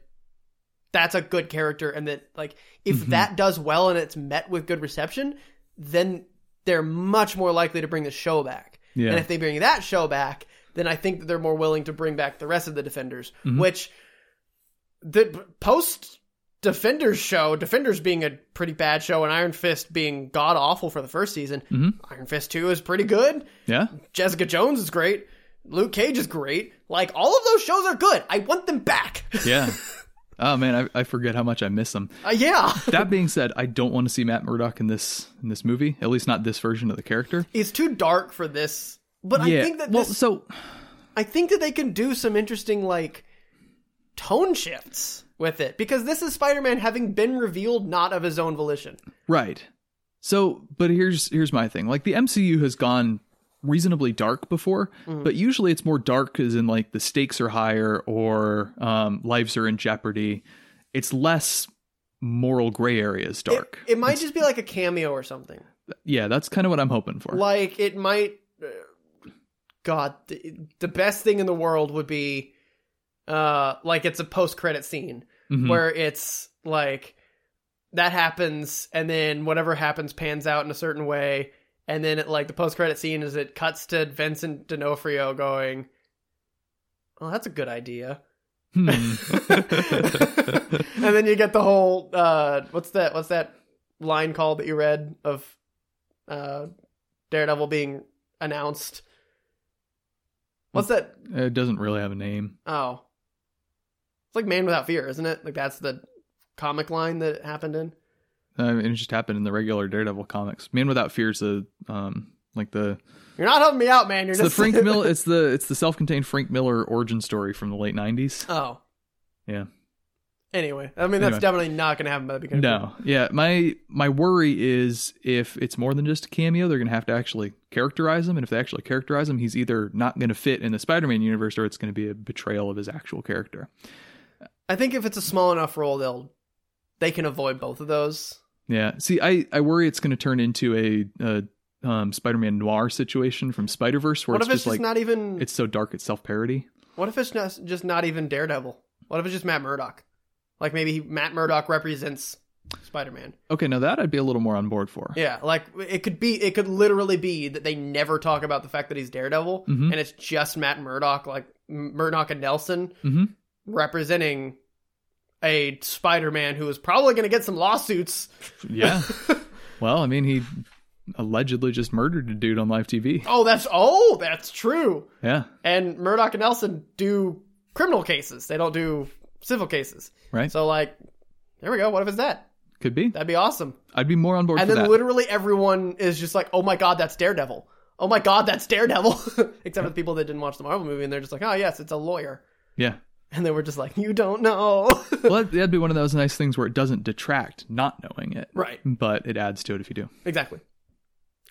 That's a good character, and that like if
Mhm.
that does well and it's met with good reception, then they're much more likely to bring the show back.
yeah.
And if they bring that show back, then I think that they're more willing to bring back the rest of the Defenders,
Mhm.
which the post Defenders show, Defenders being a pretty bad show and Iron Fist being god awful for the first season,
Mhm.
Iron Fist 2 is pretty good.
yeah.
Jessica Jones is great. Luke Cage is great. Like, all of those shows are good. I want them back.
Yeah. Oh man, I, I forget how much I miss them.
Uh, yeah.
That being said, I don't want to see Matt Murdock in this in this movie. At least not this version of the character.
It's too dark for this. But
yeah.
I think that
well,
this,
so
I think that they can do some interesting like tone shifts with it because this is Spider-Man having been revealed not of his own volition.
Right. So, but here's here's my thing. Like the MCU has gone reasonably dark before,
Mm-hmm.
but usually it's more dark as in like the stakes are higher or um, lives are in jeopardy. It's less moral gray areas dark.
It might just be like a cameo or something.
yeah, that's kind of what I'm hoping for.
Like it might uh, god the, the best thing in the world would be uh like it's a post-credit scene
Mhm.
where it's like that happens and then whatever happens pans out in a certain way and then it like the post-credit scene is it cuts to Vincent D'Onofrio going well that's a good idea
Hmm.
and then you get the whole uh what's that what's that line called that you read of uh Daredevil being announced what's that
it doesn't really have a name.
oh it's like man without fear isn't it like that's the comic line that it happened in
Uh, it just happened in the regular Daredevil comics. Man Without Fear is a um, like the
You're not helping me out, man. You're
it's the
just
Frank Miller. It's the it's the self-contained Frank Miller origin story from the late '90s.
Oh.
Yeah.
Anyway, I mean that's
Anyway.
definitely not going to happen by the beginning.
No, yeah. My my worry is if it's more than just a cameo, they're gonna have to actually characterize him, and if they actually characterize him, he's either not gonna fit in the Spider-Man universe, or it's gonna be a betrayal of his actual character.
I think if it's a small enough role, they'll they can avoid both of those.
Yeah. See, I I worry it's gonna turn into a, a um, Spider-Man noir situation from Spider-Verse, where
what
it's
if it's
just
just
like
not even?
it's so dark, it's self-parody.
what if it's not, just not even Daredevil? What if it's just Matt Murdock? Like maybe he- Matt Murdock represents Spider-Man.
Okay, now that I'd be a little more on board for.
Yeah, like it could be, it could literally be that they never talk about the fact that he's Daredevil,
Mhm.
and it's just Matt Murdock, like M- Murdock and Nelson
Mm-hmm.
representing a Spider-Man who is probably going to get some lawsuits.
Yeah. well, I mean, he allegedly just murdered a dude on live TV.
Oh, that's oh, that's true.
Yeah.
And Murdoch and Nelson do criminal cases; they don't do civil cases.
Right.
So, like, there we go. What if it's that?
Could be.
That'd be awesome.
I'd be more on board
And
for
then
that.
literally everyone is just like, "Oh my god, that's Daredevil." Oh my god, that's Daredevil. Except for the people that didn't watch the Marvel movie, and they're just like, "Oh yes, it's a lawyer."
yeah.
And they were just like, "You don't know."
Well, that- that'd be one of those nice things where it doesn't detract not knowing it,
right.
but it adds to it if you do.
Exactly.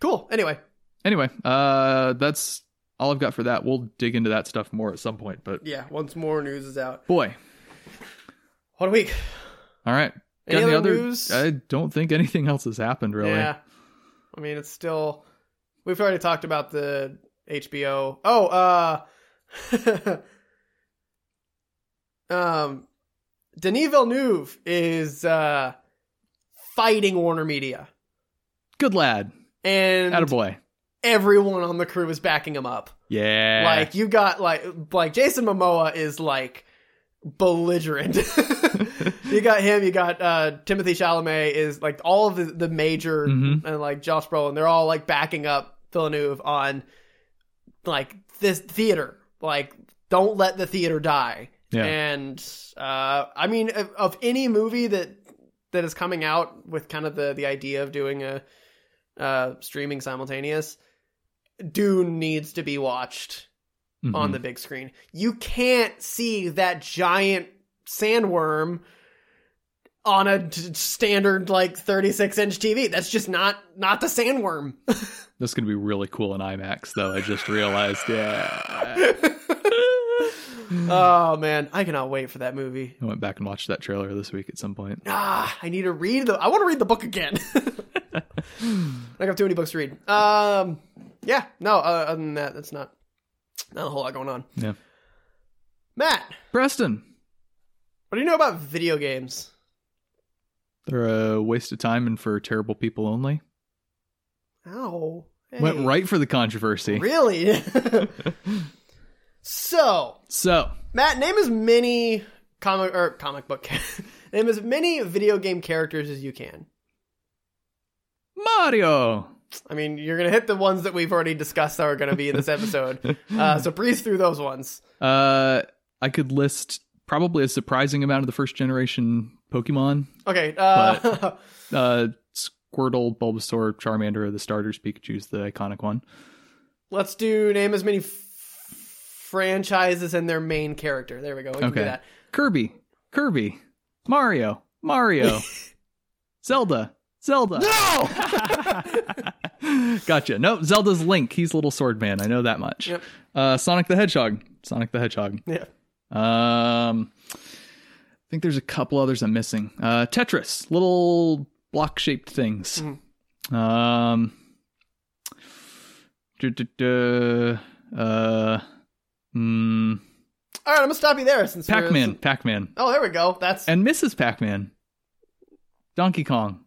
Cool. Anyway,
Anyway, uh, that's all I've got for that. We'll dig into that stuff more at some point, but
yeah. Once more news is out.
boy.
What a week.
All right.
Any
any
other news?
I don't think anything else has happened, really.
Yeah. I mean, it's still. We've already talked about the HBO. Oh, uh. um, Denis Villeneuve is uh, fighting Warner Media,
Good lad.
and
Attaboy.
everyone on the crew is backing him up.
Yeah.
Like you got like like Jason Momoa is like belligerent. you got him. You got uh, Timothy Chalamet is like all of the, the major
Mhm.
and like Josh Brolin. They're all like backing up Villeneuve on like this theater. Like don't let the theater die.
Yeah.
And uh, I mean, of, of any movie that that is coming out with kind of the the idea of doing a uh, streaming simultaneous, Dune needs to be watched
Mhm.
on the big screen. You can't see that giant sandworm on a t- standard like 36 inch TV. That's just not not the sandworm.
That's going to be really cool in IMAX, though. I just realized. Yeah.
oh man, I cannot wait for that movie.
I went back and watched that trailer this week at some point.
Ah, I need to read the. I want to read the book again. I don't have too many books to read. Um, yeah, no. Uh, other than that, that's not not a whole lot going on.
Yeah.
Matt,
Preston,
what do you know about video games?
they're a waste of time and for terrible people only.
Ow.
Went
Hey.
right for the controversy.
Really? so,
So,
Matt, name as many comic or comic book name as many video game characters as you can.
Mario.
I mean, you're gonna hit the ones that we've already discussed that are gonna be in this episode. Uh, so breeze through those ones.
Uh, I could list probably a surprising amount of the first generation Pokemon.
Okay. Uh,
Uh, Squirtle, Bulbasaur, Charmander are the starters. Pikachu's the iconic one.
let's do name as many f- franchises and their main character. There we go. We can do
Okay.
that.
Kirby, Kirby, Mario, Mario, Zelda, Zelda. No! gotcha. No, Zelda's Link. He's Little Sword Man. I know that much.
Yep.
Uh, Sonic the Hedgehog. Sonic the Hedgehog.
Yeah.
Um, I think there's a couple others I'm missing. Uh, Tetris, little block shaped things.
Mm-hmm.
Um, duh, duh, duh, uh, mm,
All right, I'm gonna stop you there since we're-
Pac Man, Pac Man
Oh, there we go. That's
and Mrs. Pac-Man, Donkey Kong.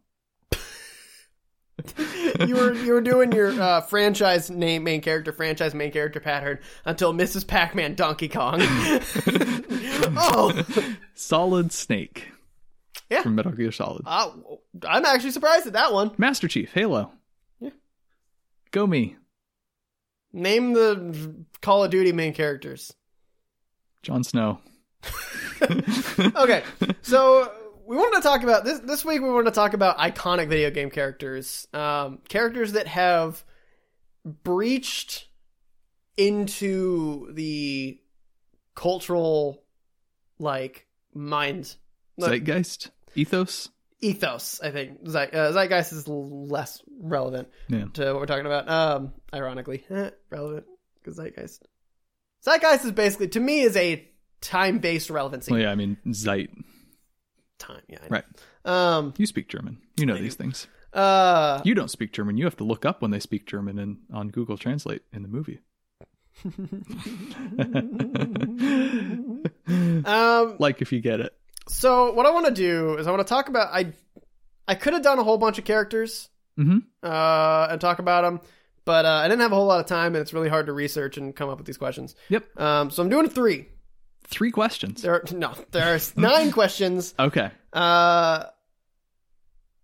you were you were doing your uh, franchise name main character franchise main character pattern until Mrs. Pac-Man Donkey Kong. oh,
Solid Snake.
Yeah.
From Metal Gear Solid.
uh, I'm actually surprised at that one.
Master Chief, Halo.
Yeah.
Go me,
Name the Call of Duty main characters.
Jon Snow.
Okay, so we wanted to talk about this this week. We wanted to talk about iconic video game characters, um, characters that have breached into the cultural like mind like,
Zeitgeist ethos.
ethos i think Zeit, uh, zeitgeist is l- less relevant
Yeah.
to what we're talking about um ironically eh, relevant because zeitgeist zeitgeist is basically to me is a time-based relevancy
Well, yeah. I mean, Zeit.
time yeah I know.
Right.
um
You speak German. You know these things.
uh
You don't speak German. You have to look up when they speak German in, on Google Translate in the movie.
um
like if you get it.
so what i want to do is i want to talk about i i could have done a whole bunch of characters
Mm-hmm.
uh, and talk about them. But uh, I didn't have a whole lot of time, and it's really hard to research and come up with these questions.
Yep.
Um, so I'm doing three.
Three questions.
There, are, no, there are nine questions.
Okay.
Uh,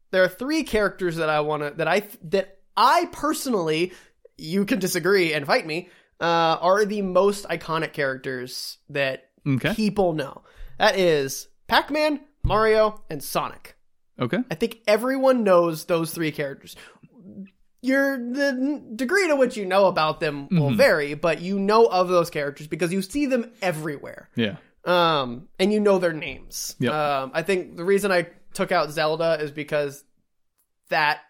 there are three characters that I want to that I that I personally, you can disagree and fight me, uh, are the most iconic characters that
Okay.
people know. That is Pac-Man, Mario, and Sonic.
Okay.
I think everyone knows those three characters. Your the n- degree to which you know about them will
Mhm.
vary, but you know of those characters because you see them everywhere,
Yeah.
um, and you know their names.
Yep.
Um, I think the reason I took out Zelda is because that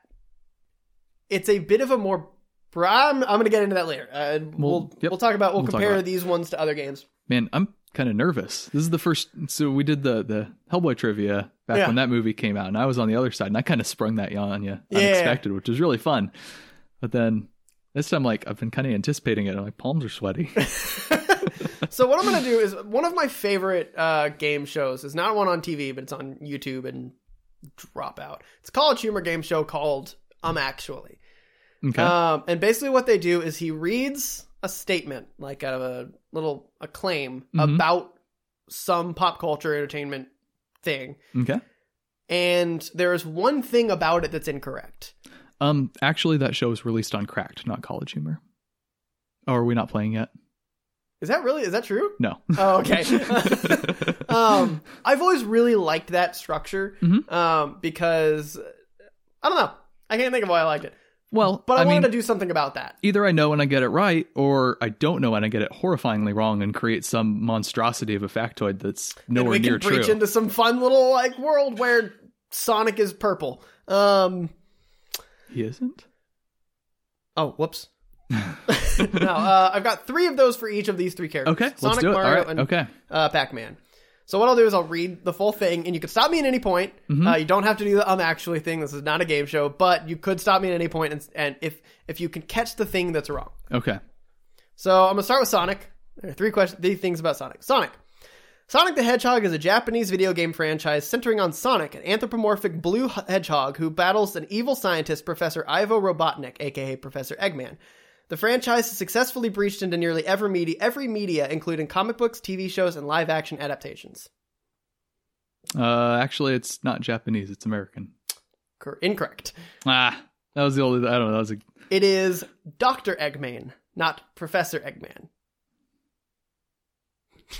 it's a bit of a more. bro- I'm, I'm going to get into that later. Uh, we'll we'll,
yep.
talk about we'll,
We'll talk
compare
about
these ones to other games.
Man, I'm kind of nervous. This is the first. So we did the the Hellboy trivia back
Yeah.
when that movie came out, and I was on the other side, and I kind of sprung that on you
Yeah.
unexpected, which was really fun. But then this time, like I've been kind of anticipating it. and I'm like, palms are sweaty.
so what I'm gonna do is one of my favorite uh, game shows is not one on TV, but it's on YouTube and Dropout. It's a college humor game show called Um Actually.
okay.
Um, and basically what they do is he reads a statement like out of a little a claim
Mhm.
about some pop culture entertainment thing,
okay.
and there is one thing about it that's incorrect.
Um. Actually, that show was released on Cracked, not College Humor. Oh, are we not playing yet?
Is that really? Is that true?
No.
Oh, okay. um, I've always really liked that structure
Mhm.
um, because I don't know. I can't think of why I liked it,
well,
but I,
I,
wanted to
mean,
do something about that.
either I know when I get it right, or I don't know and I get it horrifyingly wrong and create some monstrosity of a factoid that's
And
nowhere
we
near
can breach
true.
into some fun little like world where Sonic is purple. Um,
he isn't.
oh, whoops. no, uh, I've got three of those for each of these three characters.
Okay,
Sonic,
let's do it.
Mario,
All right.
and
okay.
uh, Pac-Man. So what I'll do is I'll read the full thing, and you can stop me at any point.
Mhm.
Uh, you don't have to do the um actually thing. This is not a game show, but you could stop me at any point, and, and if if you can catch the thing that's wrong.
Okay.
So I'm gonna start with Sonic. There are three questions, three things about Sonic. Sonic. Sonic the Hedgehog is a Japanese video game franchise centering on Sonic, an anthropomorphic blue h- hedgehog who battles an evil scientist, Professor Ivo Robotnik, aka Professor Eggman. The franchise has successfully breached into nearly every media, every media, including comic books, TV shows, and live action adaptations.
Uh, actually, it's not Japanese. It's American.
Cor- incorrect.
Ah, that was the only. I don't know. That was a,
It is Dr. Eggman, not Professor Eggman.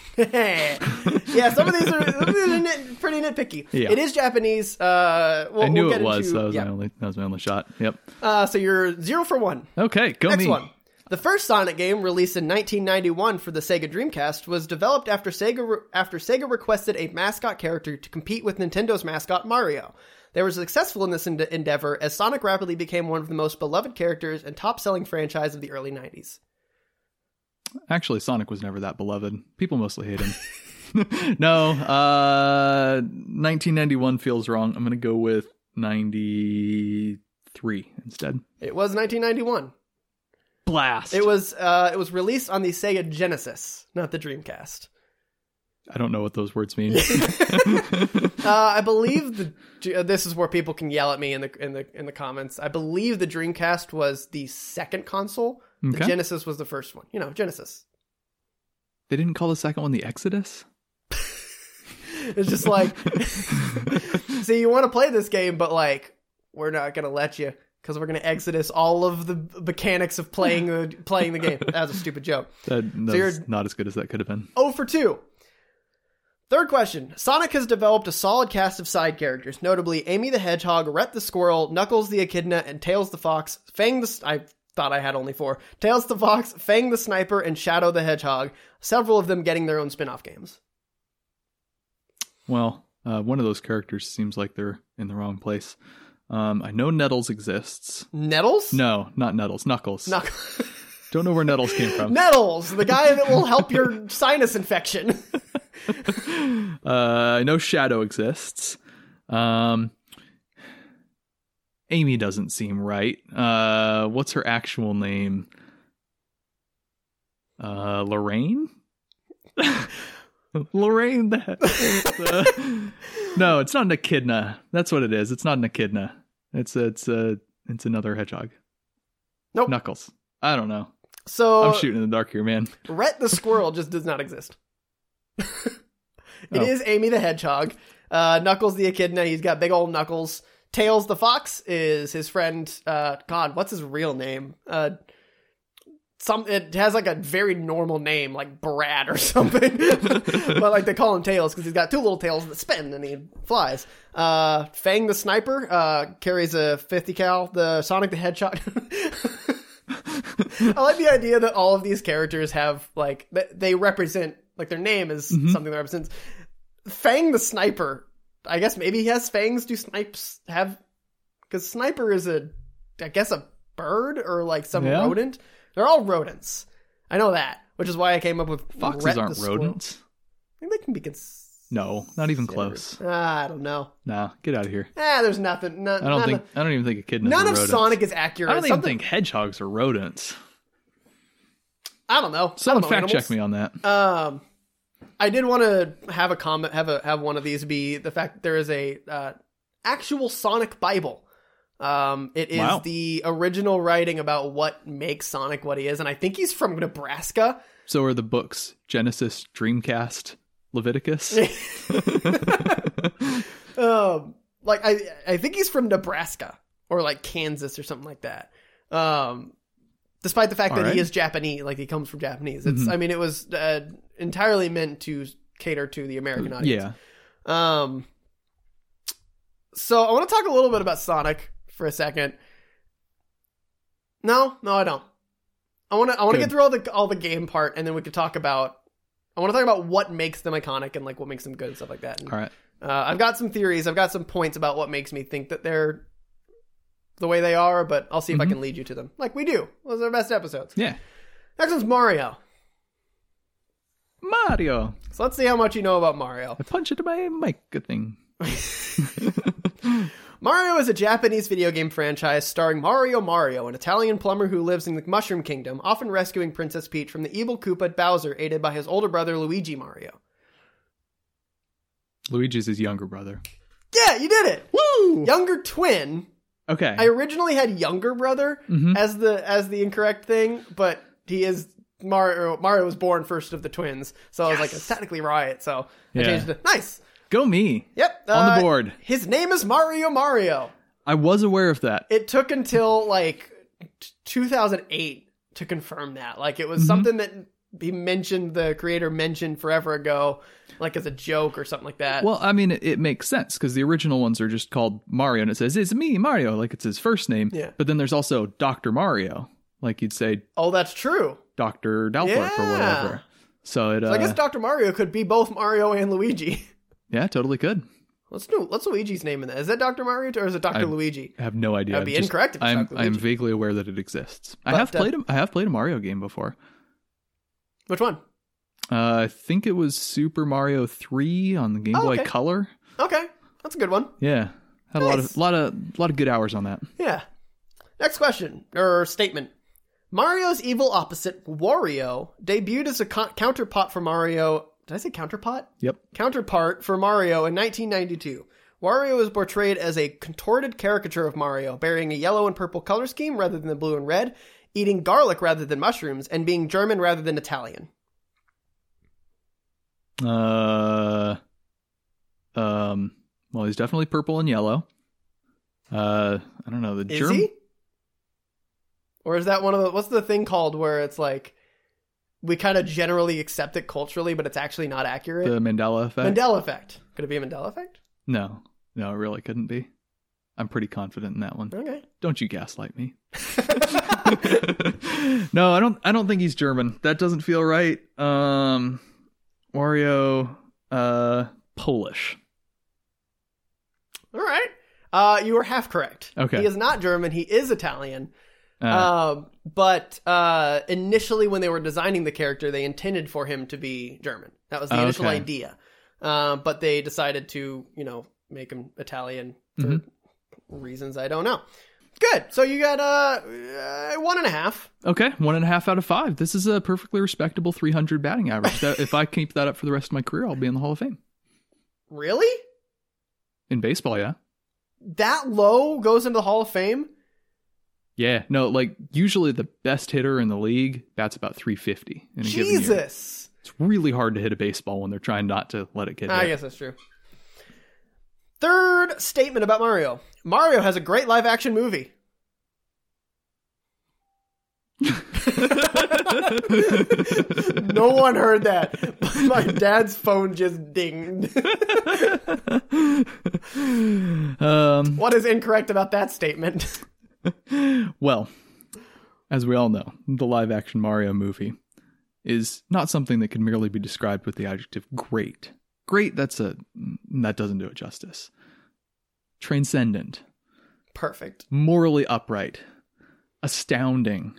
yeah, some of these are, some of these are nit, pretty nitpicky.
Yeah.
It is Japanese. Uh, we'll,
I knew
we'll get
it was.
Into,
that was
yeah.
my only. That was my only shot. Yep.
Uh, so you're zero for one.
Okay. Go
Next
me.
one. The first Sonic game, released in 1991 for the Sega Dreamcast, was developed after Sega re- after Sega requested a mascot character to compete with Nintendo's mascot Mario. They were successful in this ende- endeavor as Sonic rapidly became one of the most beloved characters and top-selling franchise of the early 90s.
Actually, Sonic was never that beloved. People mostly hate him. no. Uh, 1991 feels wrong. I'm gonna go with 93 instead.
It was 1991.
Blast.
It was uh, it was released on the Sega Genesis, not the Dreamcast.
I don't know what those words mean.
Uh, I believe the uh, this is where people can yell at me in the in the in the comments. I believe the Dreamcast was the second console. The
Okay.
Genesis was the first one. You know, Genesis.
they didn't call the second one the Exodus.
It's just like, see, you want to play this game, but like, we're not gonna let you because we're gonna exodus all of the mechanics of playing the playing the game. That was a stupid joke.
That, that
you're-
was not as good as that could have been.
0 for 2. Third question. Sonic has developed a solid cast of side characters, notably Amy the Hedgehog, Rhett the Squirrel, Knuckles the Echidna, and Tails the Fox, Fang the... S- I thought I had only four. Tails the Fox, Fang the Sniper, and Shadow the Hedgehog, several of them getting their own spin off games.
Well, uh, one of those characters seems like they're in the wrong place. Um, I know Nettles exists.
Nettles?
No, not Nettles. Knuckles.
Knuck-
Don't know where Nettles came from.
Nettles, the guy that will help your sinus infection.
Uh, I know Shadow exists. Um, Amy doesn't seem right. Uh, what's her actual name? Uh, Lorraine. Lorraine. The, the- no, it's not an echidna. That's what it is. It's not an echidna. It's it's uh, it's another hedgehog.
Nope. Uh,
Knuckles. I don't know.
So
I'm shooting in the dark here, man.
Rhett the squirrel just does not exist. It
Oh.
is Amy the hedgehog. Uh, Knuckles the echidna. He's got big old knuckles. Tails the fox is his friend. Uh, God, what's his real name? Uh, some it has like a very normal name, like Brad or something. but like they call him Tails because he's got two little tails that spin and he flies. Uh, Fang the sniper uh, carries a fifty cal. The Sonic the Hedgehog. I like the idea that all of these characters have like th- they represent like their name is
Mm-hmm.
something that represents. Fang the sniper. I guess maybe he has fangs. Do snipes have? Because sniper is a, I guess a bird or like some
Yeah.
rodent. They're all rodents. I know that, which is why I came up with
Foxes
Rhett the
aren't
squirrel.
rodents.
I think they can be cons-
No, not even close.
Ah, I don't know.
Nah, get out of here.
Ah, there's nothing. No,
I don't
none
think
Of,
I don't even think echidnas.
none
are
of
rodents.
Sonic is accurate.
I don't even
Something-
think hedgehogs are rodents.
I don't know.
Someone
I don't know
fact
animals.
check me on that.
Um, I did want to have a comment, have a have one of these be the fact that there is a uh, actual Sonic Bible. Um, it is
Wow.
the original writing about what makes Sonic what he is, and I think he's from Nebraska.
so are the books Genesis, Dreamcast, Leviticus.
um, like I I think he's from Nebraska or like Kansas or something like that. Um, despite the fact that
Alright. Mm-hmm.
he is Japanese, like he comes from Japanese. It's I mean it was uh, entirely meant to cater to the American audience.
Uh, yeah.
Um, so I want to talk a little bit about Sonic for a second. No, no, I don't. I want to. I want to
Good.
get through all the all the game part, and then we could talk about. I want to talk about what makes them iconic and like what makes them good and stuff like that. And,
All right.
uh, I've got some theories. I've got some points about what makes me think that they're the way they are, but I'll see if I
Mhm.
can lead you to them, like we do. Those are our best episodes.
Yeah.
Next one's Mario.
Mario.
So let's see how much you know about Mario.
I punch it my mic good thing.
Mario is a Japanese video game franchise starring Mario Mario, an Italian plumber who lives in the Mushroom Kingdom, often rescuing Princess Peach from the evil Koopa Bowser, aided by his older brother Luigi Mario.
Luigi's his younger brother.
Yeah, you did it.
Woo!
Younger twin.
Okay.
I originally had younger brother
Mhm.
as the as the incorrect thing, but he is Mario. Mario was born first of the twins, so I was like, it's technically right. So I
Yeah.
changed it. Nice.
Go me.
Yep.
On the
uh,
board.
His name is Mario Mario.
I was aware of that.
it took until like t- 2008 to confirm that like it was
Mm-hmm.
something that he mentioned the creator mentioned forever ago like as a joke or something like that
Well, I mean, it, it makes sense because the original ones are just called Mario, and it says it's me Mario, like it's his first name.
Yeah.
But then there's also Doctor Mario, like you'd say
oh that's true
Doctor Doubtflip
Yeah.
or whatever. So it, uh,
i guess dr mario could be both mario and luigi
yeah, totally could.
let's do let's luigi's name in that is that dr mario or is it dr
I-
luigi
I have no idea.
That'd be
I'm just-
incorrect if it's
I'm
Doctor
I'm
Luigi.
vaguely aware that it exists. I
But,
have
uh,
played a, I have played a Mario game before.
which one
Uh, I think it was Super Mario Three on the Game
Oh,
Boy
okay.
Color.
okay that's a good one
Yeah, had a lot
Nice.
of lot of lot of good hours on that.
Yeah. Next question or statement. Mario's evil opposite, Wario, debuted as a co- counterpart for Mario. Did I say counterpart?
Yep.
Counterpart for Mario in 1992. Wario is portrayed as a contorted caricature of Mario, bearing a yellow and purple color scheme rather than the blue and red, eating garlic rather than mushrooms, and being German rather than Italian.
Uh, um. Well, he's definitely purple and yellow. Uh, I don't know the
Is
Germ-
he? Or is that one of the what's the thing called where it's like we kind of generally accept it culturally, but it's actually not accurate?
the Mandela effect.
Mandela effect. Could it be a Mandela effect?
no, no, it really couldn't be. I'm pretty confident in that one.
Okay.
Don't you gaslight me. no, I don't I don't think he's German. That doesn't feel right. Um Wario uh Polish.
All right. Uh, you were half correct.
Okay.
He is not German. He is Italian.
Uh,
Um, but uh, initially, when they were designing the character, they intended for him to be German. That was the
Oh,
initial
okay.
idea. Um, but they decided to, you know, make him Italian for
Mhm.
reasons I don't know. Good. So you got uh, uh, one and a half.
okay, one and a half out of five. This is a perfectly respectable 300 batting average. That, if I keep that up for the rest of my career, I'll be in the Hall of Fame
Really?
in baseball. Yeah,
That low goes into the Hall of Fame?
yeah. No, like usually the best hitter in the league bats about 350 in a given year.
Jesus.
It's really hard to hit a baseball when they're trying not to let it get
I
hit.
guess Ah, that's true. Third statement about Mario. Mario has a great live action movie. No one heard that. but My dad's phone just dinged.
um,
What is incorrect about that statement?
well, as we all know, the live action Mario movie is not something that can merely be described with the adjective great. Great, that's a that doesn't do it justice. Transcendent,
Perfect.
morally upright, astounding.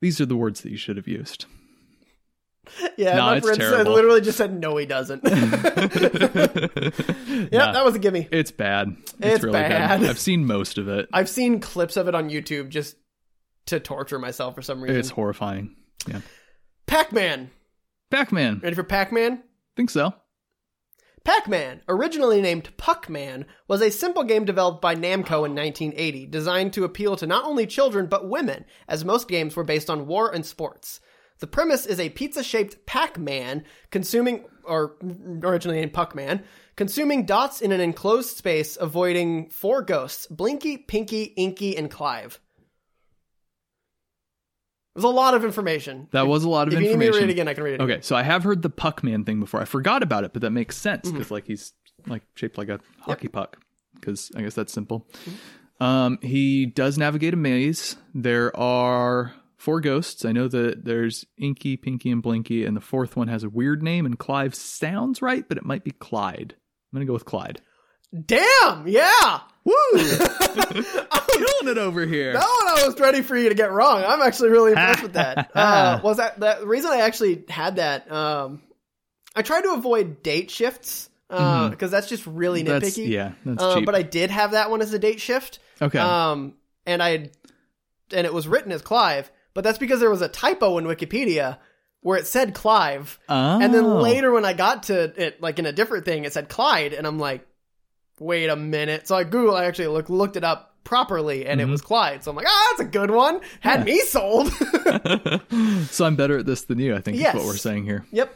These are the words that you should have used.
Yeah,
No,
my
it's
friend said,
terrible.
literally just said, no, he doesn't. yeah,
Nah,
that was a gimme.
it's bad.
It's bad.
I've seen most of it.
I've seen clips of it on YouTube just to torture myself for some reason.
It's horrifying. Yeah.
Pac Man.
Pac-Man.
Ready for Pac Man?
Think so.
Pac-Man, originally named Puck-Man, was a simple game developed by Namco in 1980, designed to appeal to not only children but women, as most games were based on war and sports. The premise is a pizza-shaped Pac-Man consuming or originally named Puck-Man, consuming dots in an enclosed space avoiding four ghosts, Blinky, Pinky, Inky, and Clive. There's a lot of information.
That was a lot of
If you need
information.
me to read it again, I can read it. again.
Okay, so I have heard the puck man thing before. I forgot about it, but that makes sense because like he's like shaped like a hockey puck. Because I guess that's simple. Um, he does navigate a maze. There are four ghosts. I know that there's Inky, Pinky, and Blinky, and the fourth one has a weird name. And Clive sounds right, but it might be Clyde. I'm gonna go with Clyde.
Damn, yeah.
Woo! Killing it over here.
That one I was ready for you to get wrong. I'm actually really impressed with that. Uh, was that that the reason I actually had that? Um, I tried to avoid date shifts because that's just really nitpicky.
Mm-hmm. That's yeah. That's
Uh,
cheap.
but I did have that one as a date shift.
okay.
Um, and I and it was written as Clive, but that's because there was a typo in Wikipedia where it said Clive, and then
Oh.
later when I got to it, like in a different thing, it said Clyde, and I'm like, wait a minute. So I Google, I actually look, looked it up properly,
Mm-hmm.
and it was Clyde. So I'm like, ah, that's a good one. Had me sold.
so I'm better at this than you. I think
Yes.
is what we're saying here.
yep.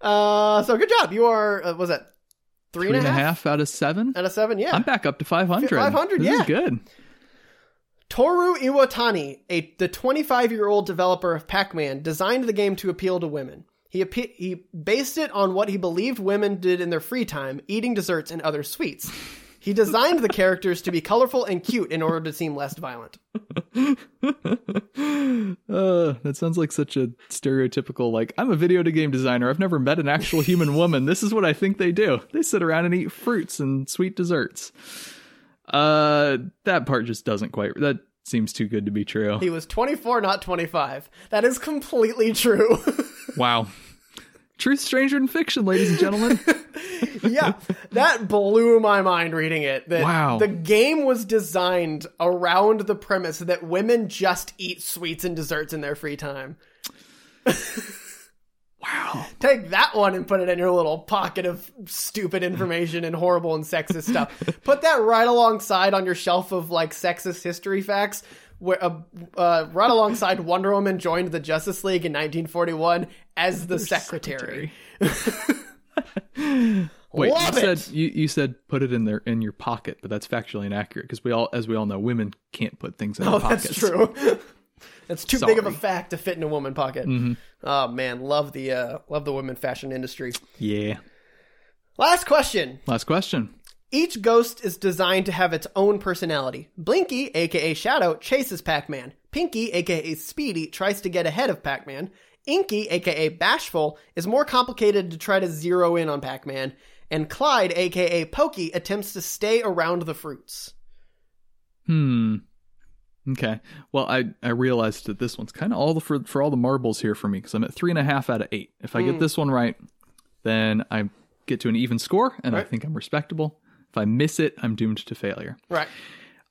Uh, so good job. You are uh, was that three
Three and a half out of seven.
out of seven? Yeah.
I'm back up to 500.
500,
This
yeah.
is good.
Toru Iwatani, a, the 25 year old developer of Pac Man, designed the game to appeal to women. He, appe- he based it on what he believed women did in their free time, eating desserts and other sweets. He designed the characters to be colorful and cute in order to seem less violent.
Uh, that sounds like such a stereotypical, like, I'm a video game designer. I've never met an actual human woman. This is what I think they do. They sit around and eat fruits and sweet desserts. Uh, that part just doesn't quite, that seems too good to be true.
He was 24, not 25. That is completely true.
Wow. Truth stranger than fiction, ladies and gentlemen.
yeah, that blew my mind reading it. That
Wow.
The game was designed around the premise that women just eat sweets and desserts in their free time.
wow.
Take that one and put it in your little pocket of stupid information and horrible and sexist stuff. Put that right alongside on your shelf of like sexist history facts. Where, uh, uh, right alongside Wonder Woman joined the Justice League in 1941 as the secretary.
Wait,
Love
you
it!
said you, you said put it in their in your pocket, but that's factually inaccurate because we all, as we all know, women can't put things in
Oh,
their pockets.
that's true. that's too big of a
Sorry. Mm-hmm.
fact to fit in a woman pocket. Oh man, love the uh, love the women fashion industry.
Yeah.
Last question.
Last question.
Each ghost is designed to have its own personality. Blinky, aka Shadow, chases Pac Man. Pinky, aka Speedy, tries to get ahead of Pac Man. Inky, aka Bashful, is more complicated to try to zero in on Pac Man. And Clyde, aka Pokey, attempts to stay around the fruits.
Hmm. Okay. Well, I I realized that this one's kind of all the for for all the marbles here for me because I'm at three and a half out of eight. If
Hmm.
I get this one right, then I get to an even score, and I
Right.
think I'm respectable. If I miss it, I'm doomed to failure.
Right.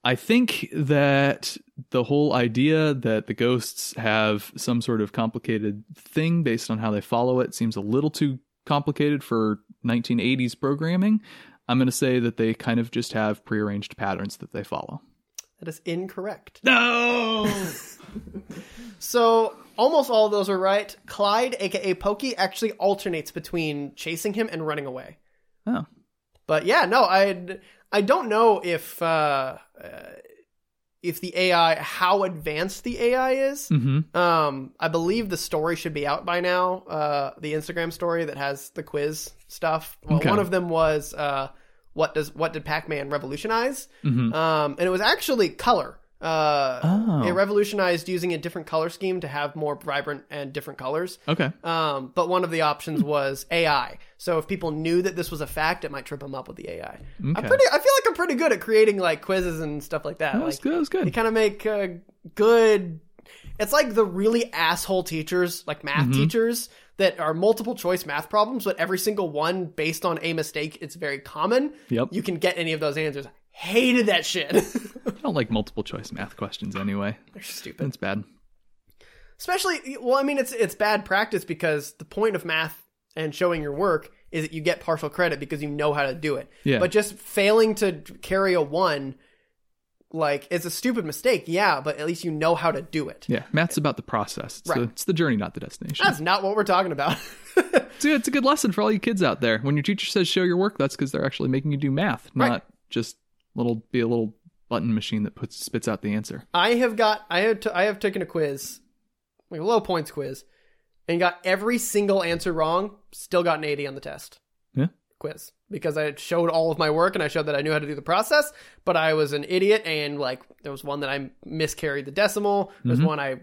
I think that the whole idea that the ghosts have some sort of complicated thing based on how they follow it seems a little too complicated for 1980s programming. I'm going to say that they kind of just have prearranged patterns that they follow.
That is incorrect.
No!
So almost all of those are right. Clyde, aka Pokey, actually alternates between chasing him and running away.
oh.
But yeah, no, I I don't know if uh, uh, if the AI how advanced the AI is.
Mm-hmm.
Um, I believe the story should be out by now. Uh, the Instagram story that has the quiz stuff. Well,
Okay.
one of them was uh, what does what did Pac Man revolutionize?
Mm-hmm.
Um, and it was actually color. Uh,
Oh.
It revolutionized using a different color scheme to have more vibrant and different colors.
Okay.
Um, but one of the options was AI. So if people knew that this was a fact, it might trip them up with the AI. I'm
Okay.
pretty. I feel like I'm pretty good at creating like quizzes and stuff like that.
That was
Like
good. That was
you
good.
kind of make uh, good. It's like the really asshole teachers, like math
Mm-hmm.
teachers, that are multiple choice math problems, but every single one based on a mistake. It's very common.
Yep.
You can get any of those answers. Hated that shit.
I don't like multiple choice math questions anyway.
They're stupid.
That's bad.
especially well i mean it's it's bad practice because the point of math and showing your work is that you get partial credit because you know how to do it
Yeah.
but just failing to carry a one like it's a stupid mistake yeah but at least you know how to do it
Yeah. Math's about the process. It's, the,
Right.
it's the journey, not the destination.
that's not what we're talking about
It's a, it's a good lesson for all you kids out there. When your teacher says show your work, that's because they're actually making you do math, not
Right.
just little be a little button machine that puts spits out the answer.
i have got i have t- i have taken a quiz like a low points quiz and got every single answer wrong still got an 80 on the test
Yeah.
quiz because I had showed all of my work and I showed that I knew how to do the process, but I was an idiot and like there was one that I miscarried the decimal.
Mm-hmm.
There's one I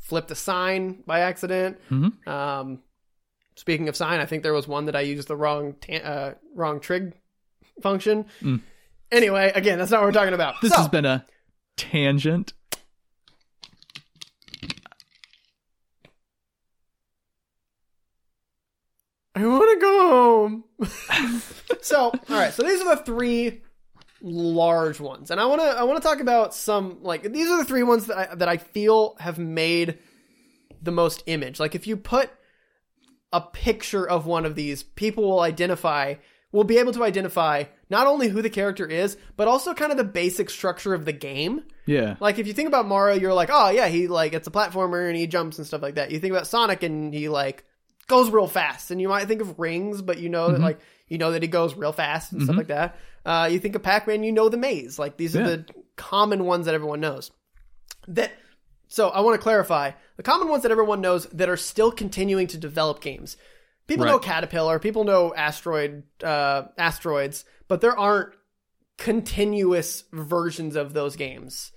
flipped a sign by accident.
Mhm.
Um, speaking of sign, I think there was one that I used the wrong ta- uh, wrong trig function.
Mm.
Anyway, again, that's not what we're talking about.
This
So,
has been a tangent.
I want to go home. so, all right. So these are the three large ones, and I want to I want to talk about some like these are the three ones that I, that I feel have made the most image. Like if you put a picture of one of these, people will identify will be able to identify not only who the character is, but also kind of the basic structure of the game.
Yeah.
Like if you think about Mario, you're like, oh yeah, he like it's a platformer and he jumps and stuff like that. You think about Sonic and he like goes real fast, and you might think of rings, but you know that like you know that he goes real fast and stuff like that. Uh, you think of Pac Man, you know the maze. Like these are
Yeah.
the common ones that everyone knows. That so I want to clarify the common ones that everyone knows that are still continuing to develop games. People know
Right.
caterpillar, people know asteroid uh, asteroids, but there aren't continuous versions of those games.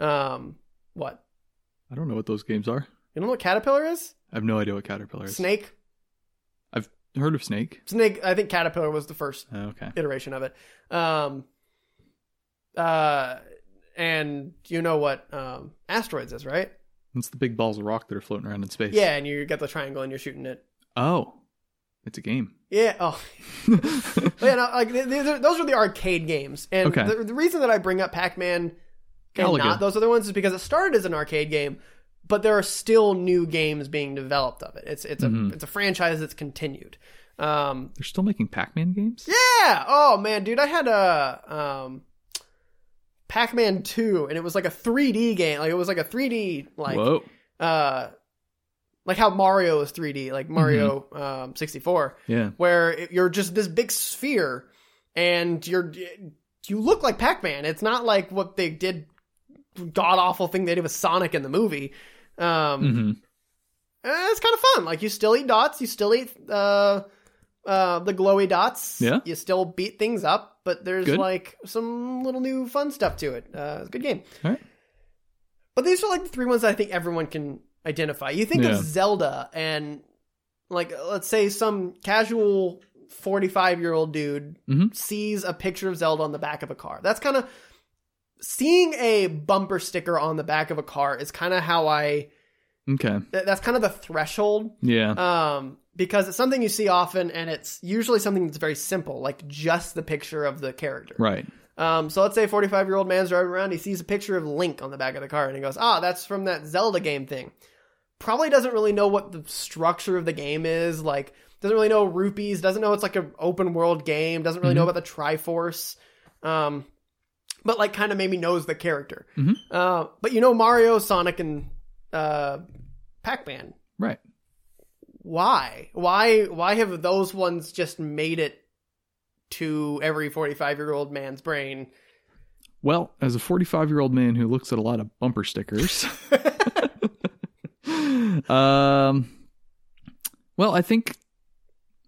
Um, what?
I don't know what those games are.
You don't know what caterpillar is?
I have no idea what caterpillar is.
Snake.
I've heard of snake.
Snake. I think caterpillar was the first
Oh, Okay.
iteration of it. Um, uh, and you know what um, asteroids is, right?
It's the big balls of rock that are floating around in space.
Yeah, and you get the triangle and you're shooting it.
Oh. It's a game.
Yeah. Oh, But yeah, no, like th- th- th- those are the arcade games, and
Okay.
the, the reason that I bring up Pac-Man and
Galaga.
not those other ones is because it started as an arcade game, but there are still new games being developed of it. It's it's a
Mhm.
it's a franchise that's continued. Um,
They're still making Pac-Man games?
yeah. Oh man, dude, I had a um, Pac-Man Two, and it was like a 3D game. Like it was like a 3D like
Whoa.
uh, like how Mario is 3D, like Mario
Mm-hmm.
um 64
Yeah.
where it- you're just this big sphere and you're you look like Pac-Man. It's not like what they did god awful thing they did with Sonic in the movie. Um
Mm-hmm.
eh, it's kind of fun. Like you still eat dots, you still eat uh uh, the glowy dots.
Yeah.
You still beat things up, but there's
Good.
like some little new fun stuff to it. Uh, it's a good game.
All right.
But these are like the three ones that I think everyone can identify. You think
Yeah.
of Zelda and like let's say some casual 45 year old dude
Mhm.
sees a picture of Zelda on the back of a car. That's kind of seeing a bumper sticker on the back of a car is kind of how I
Okay.
that- that's kind of the threshold
Yeah.
um, because it's something you see often, and it's usually something that's very simple, like just the picture of the character.
right.
Um, so let's say a 45 year old man's driving around, he sees a picture of Link on the back of the car, and he goes, "Ah, that's from that Zelda game thing." Probably doesn't really know what the structure of the game is, like doesn't really know rupees, doesn't know it's like an open world game, doesn't really know about the Triforce. Um, but like kind of maybe knows the character.
Mhm.
Uh, but you know Mario, Sonic, and uh, Pac Man
Right.
why why why have those ones just made it to every 45 year old man's brain
Well, as a 45 year old man who looks at a lot of bumper stickers, um, well, I think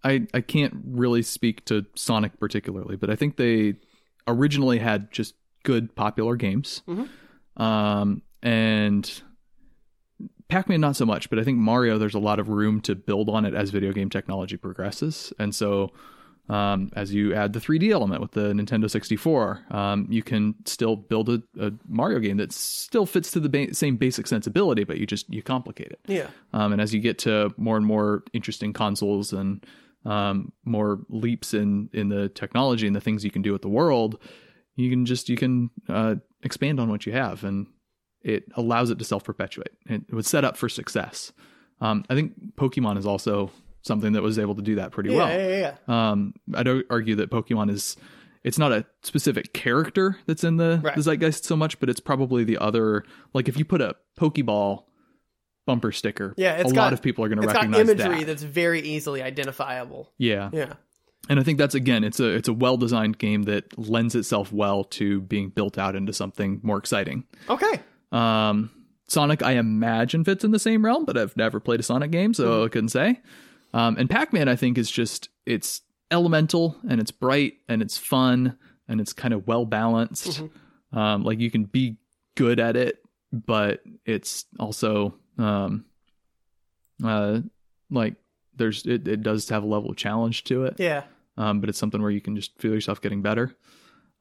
I I can't really speak to Sonic particularly, but I think they originally had just good popular games,
Mhm.
um, and Pac-Man not so much, but I think Mario there's a lot of room to build on it as video game technology progresses, and so um, as you add the 3D element with the Nintendo 64, um, you can still build a, a Mario game that still fits to the ba- same basic sensibility, but you just you complicate it.
yeah
Um, and as you get to more and more interesting consoles and um, more leaps in in the technology and the things you can do with the world, you can just you can uh, expand on what you have, and it allows it to self perpetuate. It was set up for success. Um, I think Pokemon is also something that was able to do that pretty
yeah,
well.
yeah yeah yeah
Um, I'd ar- argue that Pokemon is it's not a specific character that's in the,
Right.
the zeitgeist so much, but it's probably the other like if you put a Pokeball bumper sticker,
Yeah,
a
it's
lot
got-
of people are going to
it's got
recognize
imagery
that.
that's very easily identifiable
Yeah,
yeah
and I think that's again, it's a it's a well designed game that lends itself well to being built out into something more exciting.
okay
Um, Sonic, I imagine fits in the same realm, but I've never played a Sonic game, so I couldn't say. Um, and Pac-Man, I think, is just it's elemental and it's bright and it's fun and it's kind of well balanced. Um, like you can be good at it, but it's also um, uh, like there's it, it does have a level of challenge to it
yeah
um, but it's something where you can just feel yourself getting better.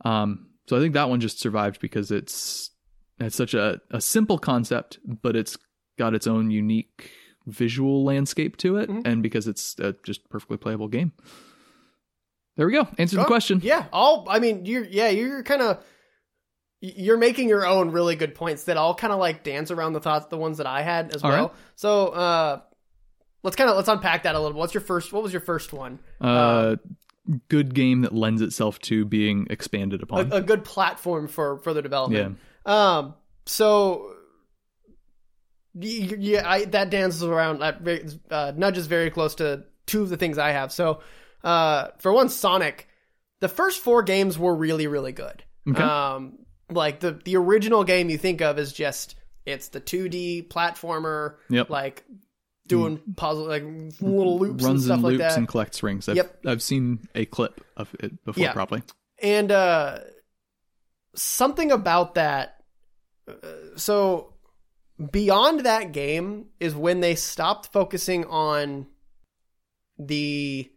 Um, so I think that one just survived because it's it's such a, a simple concept, but it's got its own unique visual landscape to it,
Mhm.
and because it's a just perfectly playable game. There we go. Answer the
Oh,
question.
yeah all i mean you're yeah you're kind of you're making your own really good points that all kind of like dance around the thoughts the ones that i had as
All
well
right.
so uh let's kind of let's unpack that a little what's your first what was your first one
Uh, good game that lends itself to being expanded upon.
a, a good platform for further
yeah.
development. Um. So. y- y- Yeah, I, that dances around. That very- uh, nudges very close to two of the things I have. So, uh, for one, Sonic. The first four games were really, really good.
Okay.
Um, like the the original game you think of is just it's the 2D platformer,
Yep.
like doing puzzle, like little loops and
Mm. Runs
stuff
and
like
loops
that.
and collects rings. I've,
Yep.
I've seen a clip of it before,
Yeah.
probably.
and uh something about that uh, so beyond that game is when they stopped focusing on the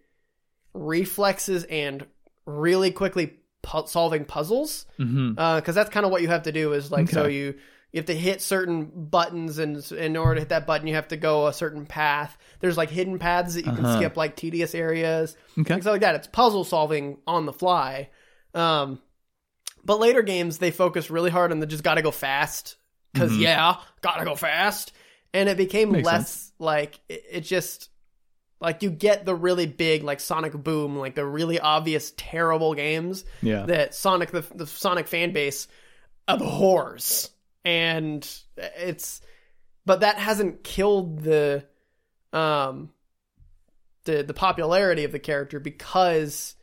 reflexes and really quickly pu- solving puzzles
hmm
because that's kind of what you have to do is like so
Okay.
you you have to hit certain buttons and s- in order to hit that button you have to go a certain path there's like hidden paths that you can
Uh-huh.
skip like tedious areas
Okay.
things like that. It's puzzle solving on the fly. Um, but later games, they focus really hard on the just gotta go fast. because
Mhm.
yeah, gotta go fast. And it became
Makes
less like it, it just like you get the really big like Sonic Boom, like the really obvious terrible games
Yeah.
that Sonic the, the Sonic fan base abhors, and it's but that hasn't killed the um the the popularity of the character because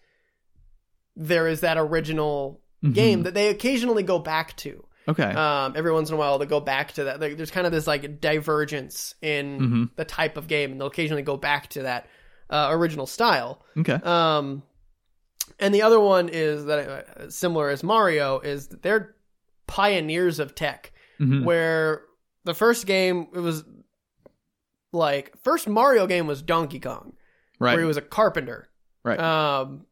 there is that original game that they occasionally go back to.
Mm-hmm. Okay.
Um, every once in a while, they go back to that. Like, there's kind of this like divergence in
Mhm.
the type of game, and they'll occasionally go back to that. uh, original style.
Okay.
Um, and the other one is that uh, similar as Mario is that they're pioneers of tech.
Mhm.
Where the first game it was like first Mario game was Donkey Kong, where he
Right.
was a carpenter.
Right.
Um,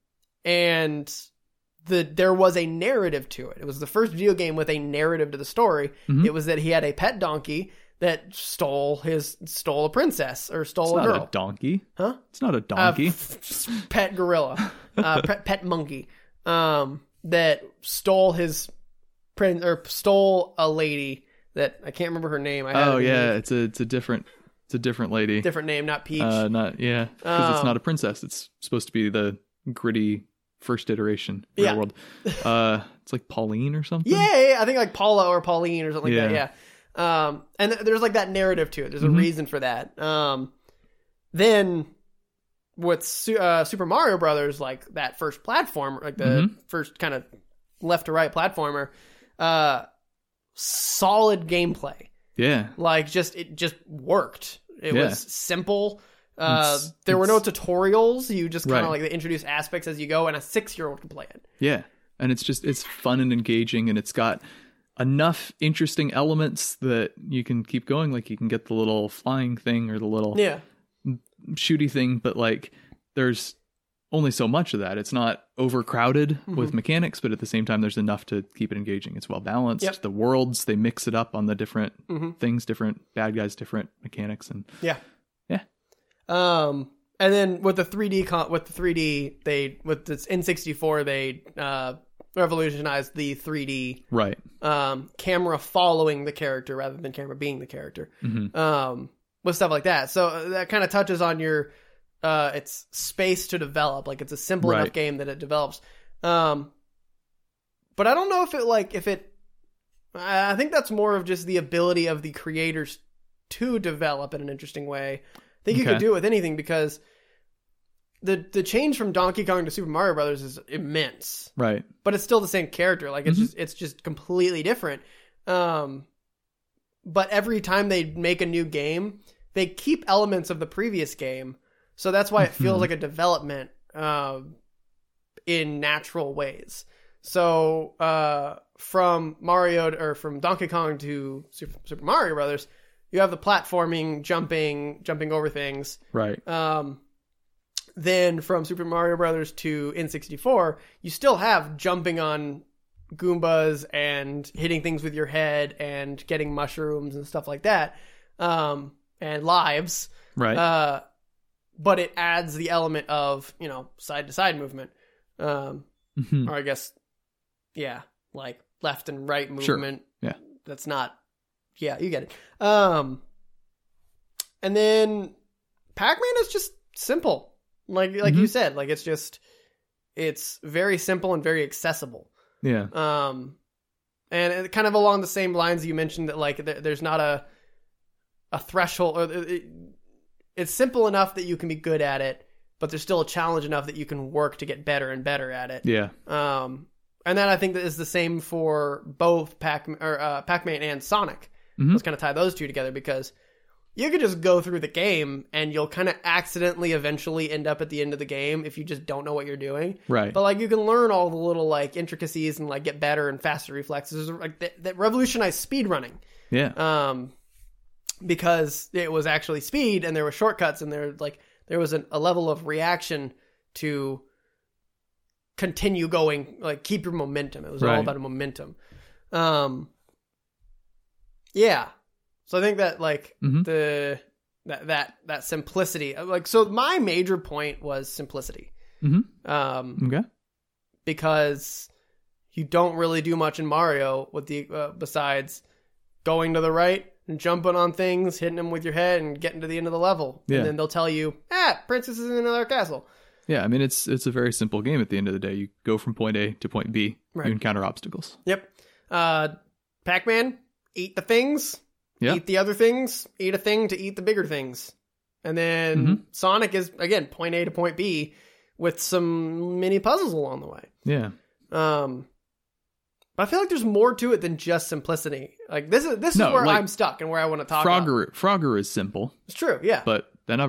and the there was a narrative to it. It was the first video game with a narrative to the story.
Mhm.
It was that he had a pet donkey that stole his stole a princess or
It's
stole a
not
girl.
a donkey.
Huh?
It's not a
Uh,
donkey.
pet gorilla, uh, pet, pet monkey, um, that stole his prin or stole a lady that I can't remember her name. I had
oh
it in
yeah,
a
it's a it's a different it's a different lady.
different name, not Peach.
Uh, not yeah, because it's
Um,
not a princess. It's supposed to be the gritty first iteration real
Yeah.
world. Uh, it's like Pauline or something.
yeah, yeah, yeah, I think like Paula or Pauline or something like
Yeah.
that. Yeah, um, and th- there's like that narrative to it. There's a
Mhm.
reason for that. Um, then with Su- uh, Super Mario Brothers, like that first platform, like the
Mhm.
first kind of left to right platformer, uh, solid gameplay.
yeah.
like just it just worked it
Yeah.
was simple uh,
It's-
there were no
it's-
tutorials you just kind of
Right.
like they introduce aspects as you go and a six year old can play it
Yeah. And it's just it's fun and engaging and it's got enough interesting elements that you can keep going like you can get the little flying thing or the little
yeah
shooty thing but like there's only so much of that it's not overcrowded with
Mm-hmm.
mechanics but at the same time there's enough to keep it engaging it's well balanced
Yep.
the worlds they mix it up on the different
hmm
things different bad guys different mechanics and
yeah
Yeah.
um and then with the 3d con- with the 3d they with this n64 they uh revolutionized the 3d
right
um camera following the character rather than camera being the character
hmm
um, with stuff like that. So uh, that kind of touches on your uh, it's space to develop. Like it's a simple
Right.
enough game that it develops. Um, but I don't know if it like if it. I I think that's more of just the ability of the creators to develop in an interesting way. I think you
Okay.
could do it with anything because the the change from Donkey Kong to Super Mario Brothers is immense
right
but it's still the same character. Like it's
Mhm.
just it's just completely different. Um, but every time they make a new game, they keep elements of the previous game, so that's why it feels
Mhm.
like a development um, in natural ways. So uh, from Mario or from Donkey Kong to Super, Super Mario Brothers, you have the platforming, jumping, jumping over things,
right
um, then from Super Mario Brothers to N64, you still have jumping on Goombas and hitting things with your head and getting mushrooms and stuff like that, um, and lives.
right
Uh, but it adds the element of you know side to side movement, um,
Mhm.
or I guess, yeah, like left and right
Sure.
movement.
Yeah.
that's not. Yeah, you get it. Um, and then Pac-Man is just simple, like like
Mm-hmm.
you said, like it's just it's very simple and very accessible.
yeah
Um, and it, kind of along the same lines you mentioned that like there, there's not a a threshold or it, it- it's simple enough that you can be good at it, but there's still a challenge enough that you can work to get better and better at it.
yeah
Um, and that I think that is the same for both Pac or uh, Pac-Man and Sonic.
Mhm.
Let's kind of tie those two together because you could just go through the game and you'll kind of accidentally eventually end up at the end of the game if you just don't know what you're doing.
right
But like you can learn all the little like intricacies and like get better and faster reflexes like that, that revolutionized speed running.
yeah
Um, because it was actually speed and there were shortcuts and there like there was an, a level of reaction to continue going like keep your momentum. It was all
Right.
about momentum. Um, yeah. So I think that like
Mhm.
the that that that simplicity like so my major point was simplicity.
Mhm.
Um,
okay
because you don't really do much in Mario with the uh, besides going to the right and jumping on things, hitting them with your head, and getting to the end of the level.
Yeah.
And then they'll tell you, "Ah, princess is in another castle."
Yeah, I mean it's it's a very simple game at the end of the day. You go from point A to point B.
Right.
You encounter obstacles.
Yep. Uh, Pac-Man, eat the things.
Yeah.
Eat the other things. Eat a thing to eat the bigger things. And then
Mm-hmm.
Sonic is again point A to point B with some mini puzzles along the way.
Yeah.
Um, but I feel like there's more to it than just simplicity. Like this is this
No,
is where
like,
I'm stuck and where I want to talk. about.
Frogger Frogger is simple,
It's true. Yeah.
but then I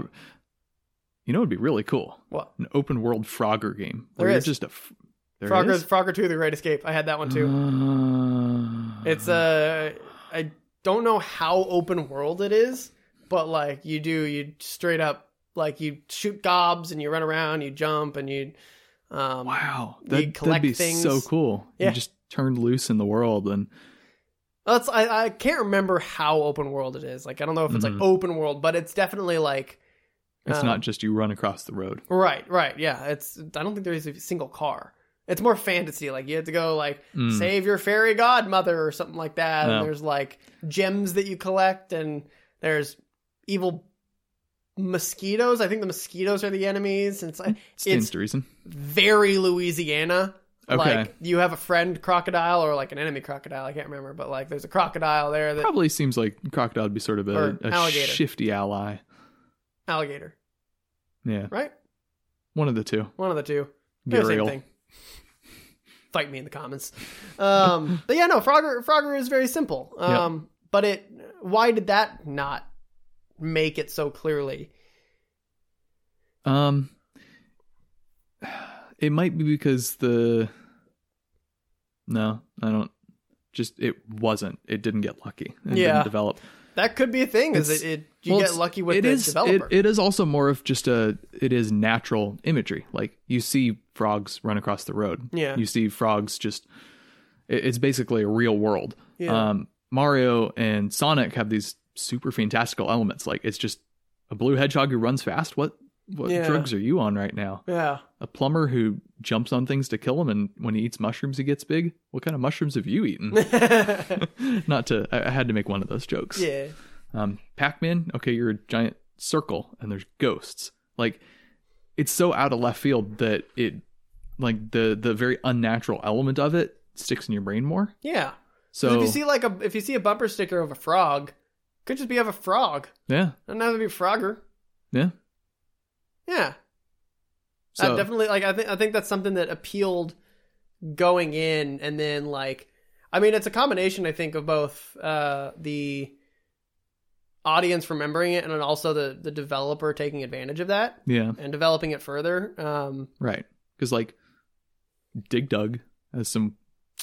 You know, it'd be really cool.
What?
An open world Frogger game.
There
where you're
is.
just a. F- there it
Frogger,
is?
Frogger 2, The Great Escape. I had that one too.
Uh,
It's um, a. I don't know how open world it is, but like you do, you straight up like you shoot gobs and you run around, you jump and you. Um,
wow.
you
That,
collect
that'd be
things.
so cool.
Yeah.
You just turned loose in the world and
That's I, I can't remember how open world it is. Like I don't know if it's
Mhm.
like open world, but it's definitely like
it's
Um,
not just you run across the road.
right, right, yeah. It's I don't think there is a single car. It's more fantasy. Like you have to go like
Mm.
save your fairy godmother or something like that.
No.
And there's like gems that you collect, and there's evil mosquitoes. I think the mosquitoes are the enemies. And it's like
Stands
it's-
to reason.
very Louisiana.
Okay.
Like you have a friend crocodile or like an enemy crocodile. I can't remember, but like there's a crocodile there that
Probably seems like Crocodile would be sort of a,
Or
a
alligator.
shifty ally.
alligator,
Yeah.
right?
One of the two.
One of the two. They're the same
Gariel.
thing. Fight me in the comments. Um, but yeah, no, Frogger Frogger is very simple. Um, But it, why did that not make it so clearly?
Um, it might be because the no, I don't. Just it wasn't. It didn't get lucky. It
Yeah.
didn't develop.
That could be a thing. Is
It's-
it, it you
well,
get
it's-
lucky with
It
the
is- It,
developer?
it is also more of just a. It is natural imagery. Like you see frogs run across the road.
Yeah.
You see frogs just. it- it's basically a real world.
Yeah.
Um, Mario and Sonic have these super fantastical elements. Like it's just a blue hedgehog who runs fast. What what
Yeah.
drugs are you on right now?
yeah,
a plumber who jumps on things to kill him and when he eats mushrooms he gets big what kind of mushrooms have you eaten not to I, I had to make one of those jokes
yeah,
um pac-man okay you're a giant circle and there's ghosts like it's so out of left field that it like the the very unnatural element of it sticks in your brain more
yeah. So
so
if you see like a if you see a bumper sticker of a frog, could just be of a frog.
yeah
Doesn't have to be Frogger.
yeah
Yeah,
so
I definitely like I think I think that's something that appealed going in and then like I mean it's a combination I think of both uh the audience remembering it and then also the the developer taking advantage of that
yeah
and developing it further. Um
right because like dig dug has some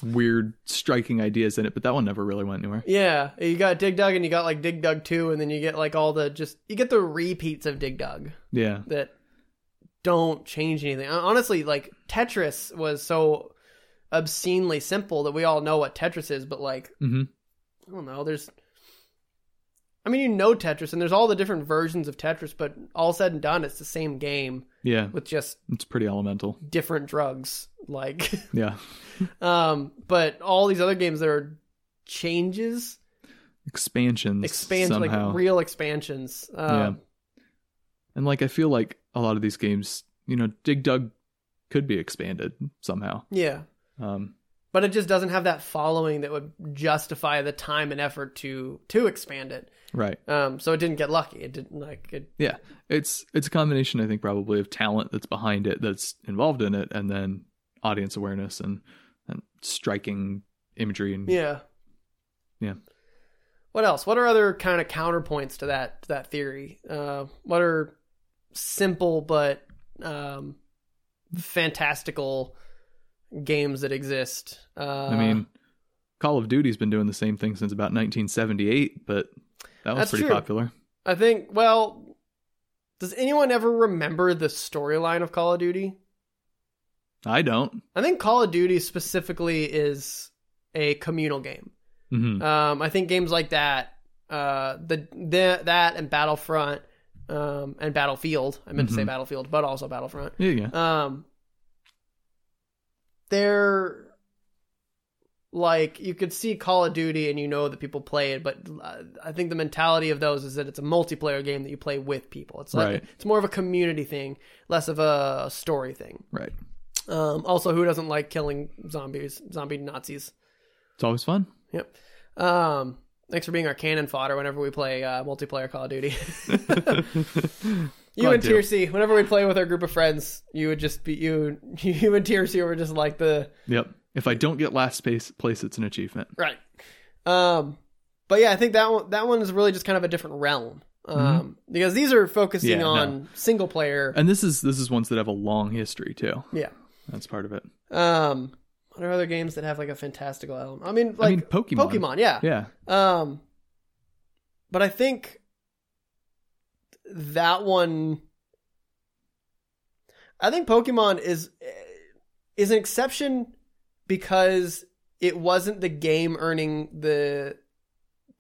weird striking ideas in it but that one never really went anywhere
yeah, you got Dig Dug and you got like Dig Dug 2 and then you get like all the just you get the repeats of Dig Dug
yeah
that don't change anything. Hon- Honestly, like Tetris was so obscenely simple that we all know what Tetris is, but like
mm-hmm
I don't know. There's, I mean, you know Tetris, and there's all the different versions of Tetris, but all said and done, it's the same game
Yeah,
with just
it's pretty elemental.
different drugs. Like,
Yeah.
um, but all these other games that are changes,
Expansions.
expansions,
somehow.
like real expansions. Um,
and like I feel like a lot of these games, you know, Dig Dug could be expanded somehow.
yeah.
Um
but it just doesn't have that following that would justify the time and effort to to expand it.
right.
Um, so it didn't get lucky. It didn't like it.
Yeah. It's it's a combination I think probably of talent that's behind it that's involved in it and then audience awareness and and striking imagery and
Yeah.
Yeah.
What else? What are other kind of counterpoints to that to that theory? Uh, what are simple but um, fantastical games that exist? Uh,
I mean Call of Duty's been doing the same thing since about 1978, but that was
That's
pretty
true.
popular.
I think. Well, does anyone ever remember the storyline of Call of Duty?
I don't.
I think Call of Duty specifically is a communal game.
hmm
Um, I think games like that, uh, the, the that and Battlefront, um, and Battlefield. I meant to say
Mhm.
Battlefield, but also Battlefront.
Yeah, yeah.
Um, they're like you could see Call of Duty and you know that people play it, but uh, I think the mentality of those is that it's a multiplayer game that you play with people. It's like
Right.
it's more of a community thing, less of a story thing.
Right.
Um, also, who doesn't like killing zombies, zombie Nazis?
It's always fun.
Yep. Um, thanks for being our cannon fodder whenever we play uh, multiplayer Call of Duty. you
Glad
and
to.
Tiercy, whenever we play with our group of friends, you would just be you. You and Tiercy were just like the
Yep. If I don't get last space place, it's an achievement.
right. Um, but yeah, I think that one that one is really just kind of a different realm. um, because these are focusing
Mm-hmm. Yeah, no.
on single player.
And this is this is ones that have a long history too.
Yeah.
That's part of it.
Um, what are other games that have like a fantastical element? I mean,
I
like
mean Pokemon.
Pokemon. Yeah.
Yeah.
Um, but I think that one. I think Pokemon is is an exception because it wasn't the game earning the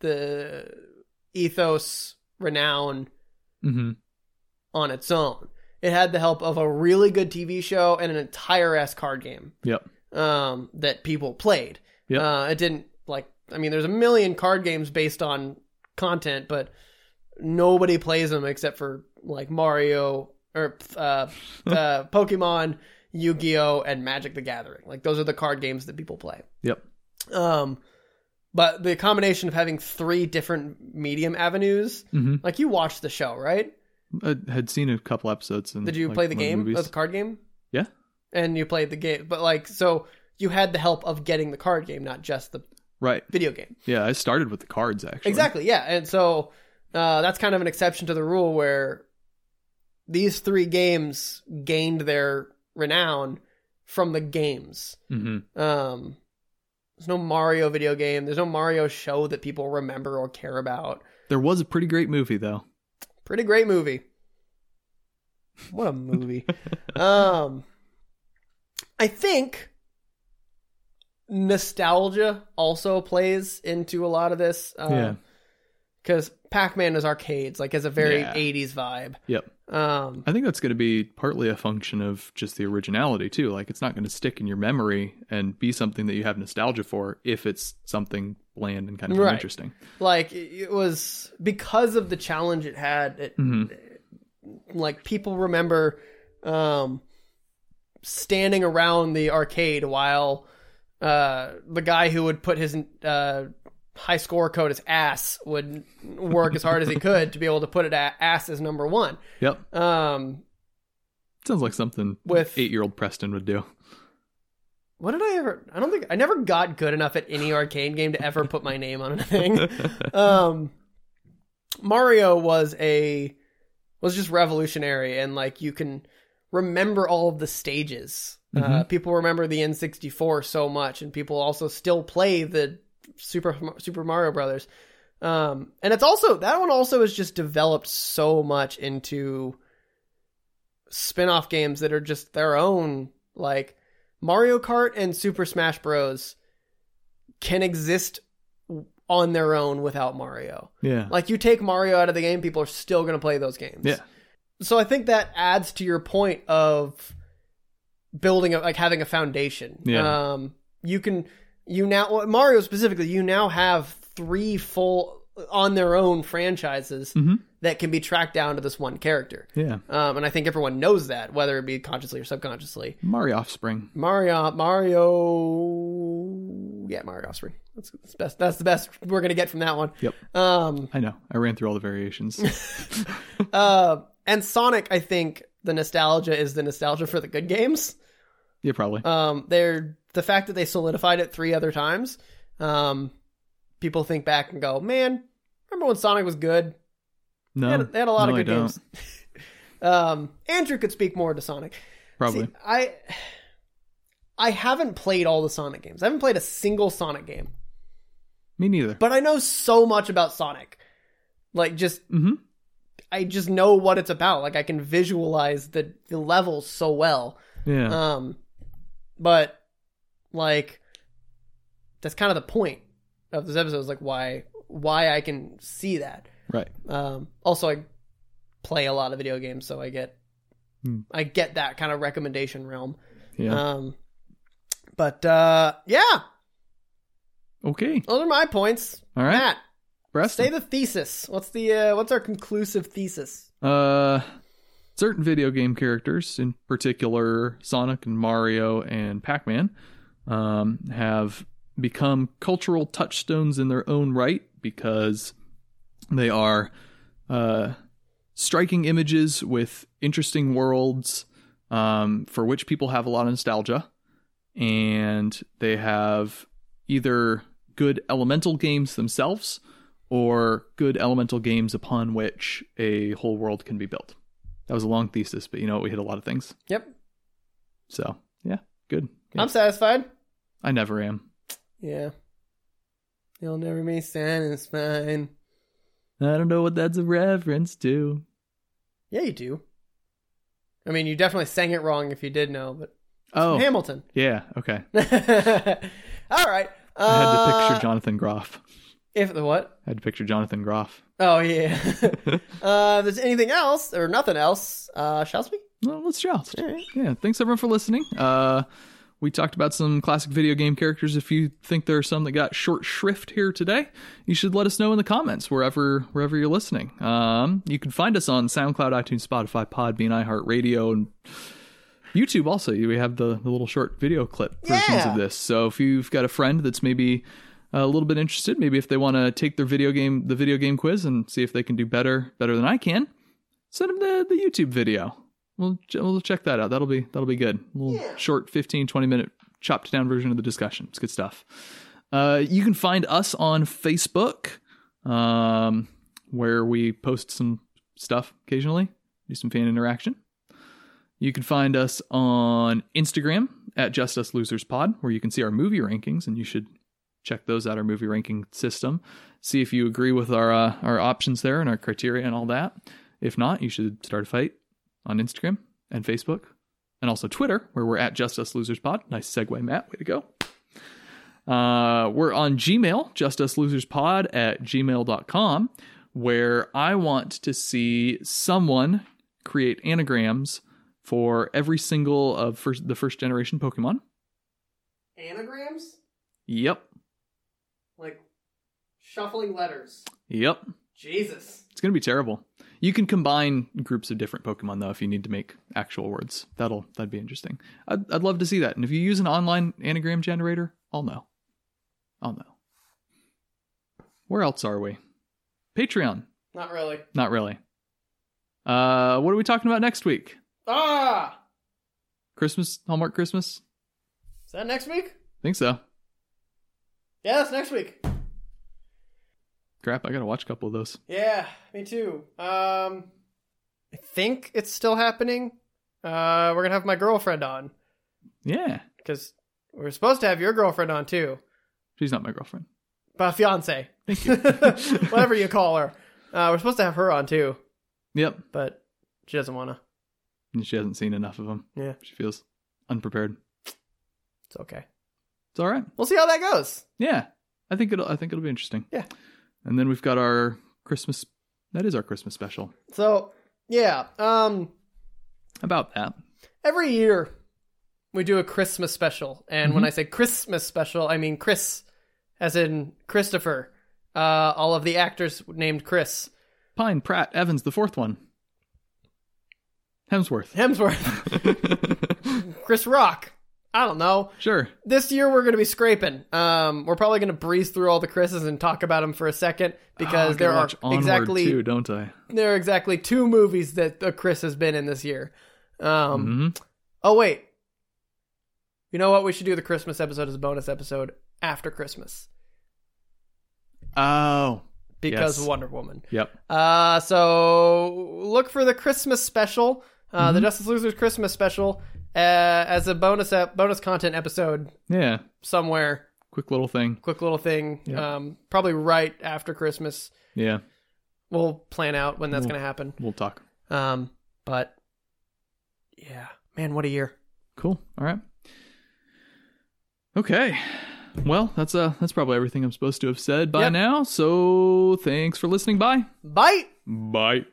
the ethos renown
Mm-hmm.
on its own. It had the help of a really good TV show and an entire ass card game
Yep.
um, that people played.
Yep.
Uh, it didn't like. I mean, there's a million card games based on content, but nobody plays them except for like Mario or uh, uh, Pokemon, Yu-Gi-Oh, and Magic the Gathering. Like those are the card games that people play.
Yep.
Um, but the combination of having three different medium avenues,
Mm-hmm.
like you watched the show, right?
I had seen a couple episodes. And
Did you
like,
play the
one
game,
movies.
uh, the card game?
Yeah.
And you played the game, but like so you had the help of getting the card game, not just the
Right.
video game.
Yeah. I started with the cards actually.
Exactly, yeah. And so uh, that's kind of an exception to the rule where these three games gained their renown from the games.
Mm-hmm.
Um, there's no Mario video game. There's no Mario show that people remember or care about.
There was a pretty great movie though.
Pretty great movie. What a movie. um I think nostalgia also plays into a lot of this. Um,
Yeah.
Because Pac-Man is arcades, like has a very
Yeah.
80s vibe.
Yep.
Um,
I think that's going to be partly a function of just the originality too. Like it's not going to stick in your memory and be something that you have nostalgia for if it's something bland and kind of
Right.
interesting.
like it was because of the challenge it had. It,
hmm
Like people remember um, standing around the arcade while uh, the guy who would put his uh, high score code as ass would work as hard as he could to be able to put it at ass as number one.
Yep.
Um,
Sounds like something
With-
eight year old Preston would do.
what did I ever? I don't think I never got good enough at any arcade game to ever put my name on anything. um, Mario was a was just revolutionary, and like you can remember all of the stages. Uh, people remember the N64 so much, and people also still play the Super Super Mario Brothers. Um, and it's also that one also is just developed so much into spin-off games that are just their own like Mario Kart and Super Smash Bros can exist on their own without Mario.
Yeah.
Like you take Mario out of the game, people are still going to play those games.
Yeah.
So I think that adds to your point of building a, like having a foundation.
Yeah.
Um you can you now well, Mario specifically, you now have three full on their own franchises
Mhm.
that can be tracked down to this one character.
Yeah.
Um, and I think everyone knows that, whether it be consciously or subconsciously.
Mario offspring.
Mario, Mario, yeah, Mario Offspring. That's, that's the best. That's the best we're gonna get from that one.
Yep.
Um,
I know. I ran through all the variations.
uh, and Sonic. I think the nostalgia is the nostalgia for the good games.
yeah, probably.
Um, they're the fact that they solidified it three other times. Um, people think back and go, man, remember when Sonic was good?
no.
They had, they had a lot
no,
of good
I don't.
games. um, Andrew could speak more to Sonic.
Probably.
See, I I haven't played all the Sonic games. I haven't played a single Sonic game,
Me neither.
but I know so much about Sonic. Like just
mm-hmm.
I just know what it's about. Like I can visualize the the levels so well.
Yeah.
Um but like that's kind of the point of this episode is like why why I can see that.
right.
Um also I play a lot of video games so I get
Hmm.
I get that kind of recommendation realm.
Yeah.
Um, but uh, yeah,
okay.
those are my points.
All right.
Matt,
Preston.
say the thesis. What's the uh, what's our conclusive thesis?
Uh, certain video game characters, in particular Sonic and Mario and Pac Man, um, have become cultural touchstones in their own right because they are uh, striking images with interesting worlds um, for which people have a lot of nostalgia. And they have either good elemental games themselves or good elemental games upon which a whole world can be built. That was a long thesis, but you know what? We hit a lot of things.
Yep.
So, yeah, good. Yeah.
I'm satisfied.
I never am.
Yeah. You'll never be satisfied.
I don't know what that's a reference to.
Yeah, you do. I mean, you definitely sang it wrong if you did know, but
Oh,
Hamilton.
yeah, okay.
All right. Uh,
I had to picture Jonathan Groff.
If the what?
I had to picture Jonathan Groff.
Oh yeah. uh, if there's anything else or nothing else, uh, shall we?
Well, let's joust.
All right.
Yeah, thanks everyone for listening. Uh, we talked about some classic video game characters. If you think there are some that got short shrift here today, you should let us know in the comments wherever wherever you're listening. Um, you can find us on SoundCloud, iTunes, Spotify, Podbean, iHeartRadio, and YouTube. Also, we have the, the little short video clip versions
Yeah.
of this. So if you've got a friend that's maybe uh, a little bit interested, maybe if they want to take their video game the video game quiz and see if they can do better better than I can, send them the, the YouTube video. We'll, ch- we'll check that out. That'll be that'll be good. A little short 15 20 minute chopped down version of the discussion. It's good stuff. Uh, you can find us on Facebook um, where we post some stuff occasionally, do some fan interaction. You can find us on Instagram at Just Us Losers Pod, where you can see our movie rankings, and you should check those out. Our movie ranking system, see if you agree with our uh, our options there and our criteria and all that. If not, you should start a fight on Instagram and Facebook, and also Twitter, where we're at Just Us Losers Pod. Nice segue, Matt. Way to go. Uh, we're on Gmail, justuslosers.pod at gmail.com, where I want to see someone create anagrams for every single of first, the first generation Pokemon.
Anagrams,
Yep.
like shuffling letters.
Yep.
Jesus.
It's going to be terrible. You can combine groups of different Pokemon though if you need to make actual words. That'll that'd be interesting. I'd, I'd love to see that. And if you use an online anagram generator, I'll know. I'll know. Where else are we? Patreon.
Not really.
Not really. Uh, what are we talking about next week?
Ah,
Christmas, Hallmark Christmas?
is that next week?
think so.
Yeah, that's next week.
Crap, I gotta watch a couple of those.
Yeah, me too. Um, I think it's still happening. Uh, we're gonna have my girlfriend on
Yeah,
because we're supposed to have your girlfriend on too,
she's not my girlfriend.
but fiance,
Thank you.
whatever you call her. Uh, we're supposed to have her on too,
Yep,
but she doesn't wanna.
and she hasn't seen enough of them.
Yeah.
she feels unprepared.
It's okay.
It's all right.
We'll see how that goes.
Yeah, I think it'll. I think it'll be interesting.
Yeah.
and then we've got our Christmas. That is our Christmas special.
So yeah, um,
About that.
every year we do a Christmas special, and
Mm-hmm.
when I say Christmas special, I mean Chris, as in Christopher. Uh, all of the actors named Chris.
Pine, Pratt, Evans, the fourth one. Hemsworth.
Hemsworth, Chris Rock. I don't know.
sure.
This year we're going to be scraping. Um, we're probably going to breeze through all the Chris's and talk about them for a second
Oh, I
because
gotta
there are
watch Onward
exactly
too, don't I?
there are exactly two movies that uh, Chris has been in this year. Um,
hmm
oh wait, you know what? We should do the Christmas episode as a bonus episode after Christmas
Oh.
because
Yes.
Wonder Woman.
Yep.
Uh, so look for the Christmas special, uh,
Mm-hmm.
the Justice Losers Christmas special, uh, as a bonus ep- bonus content episode
Yeah.
somewhere.
Quick little thing.
Quick little thing.
Yeah.
Um, probably right after Christmas.
Yeah.
We'll plan out when that's
We'll-
going to happen.
We'll talk.
Um, but yeah, man, what a year.
Cool. All right. Okay. Well, that's uh that's probably everything I'm supposed to have said by
Yep.
now. So thanks for listening. Bye.
Bye.
Bye.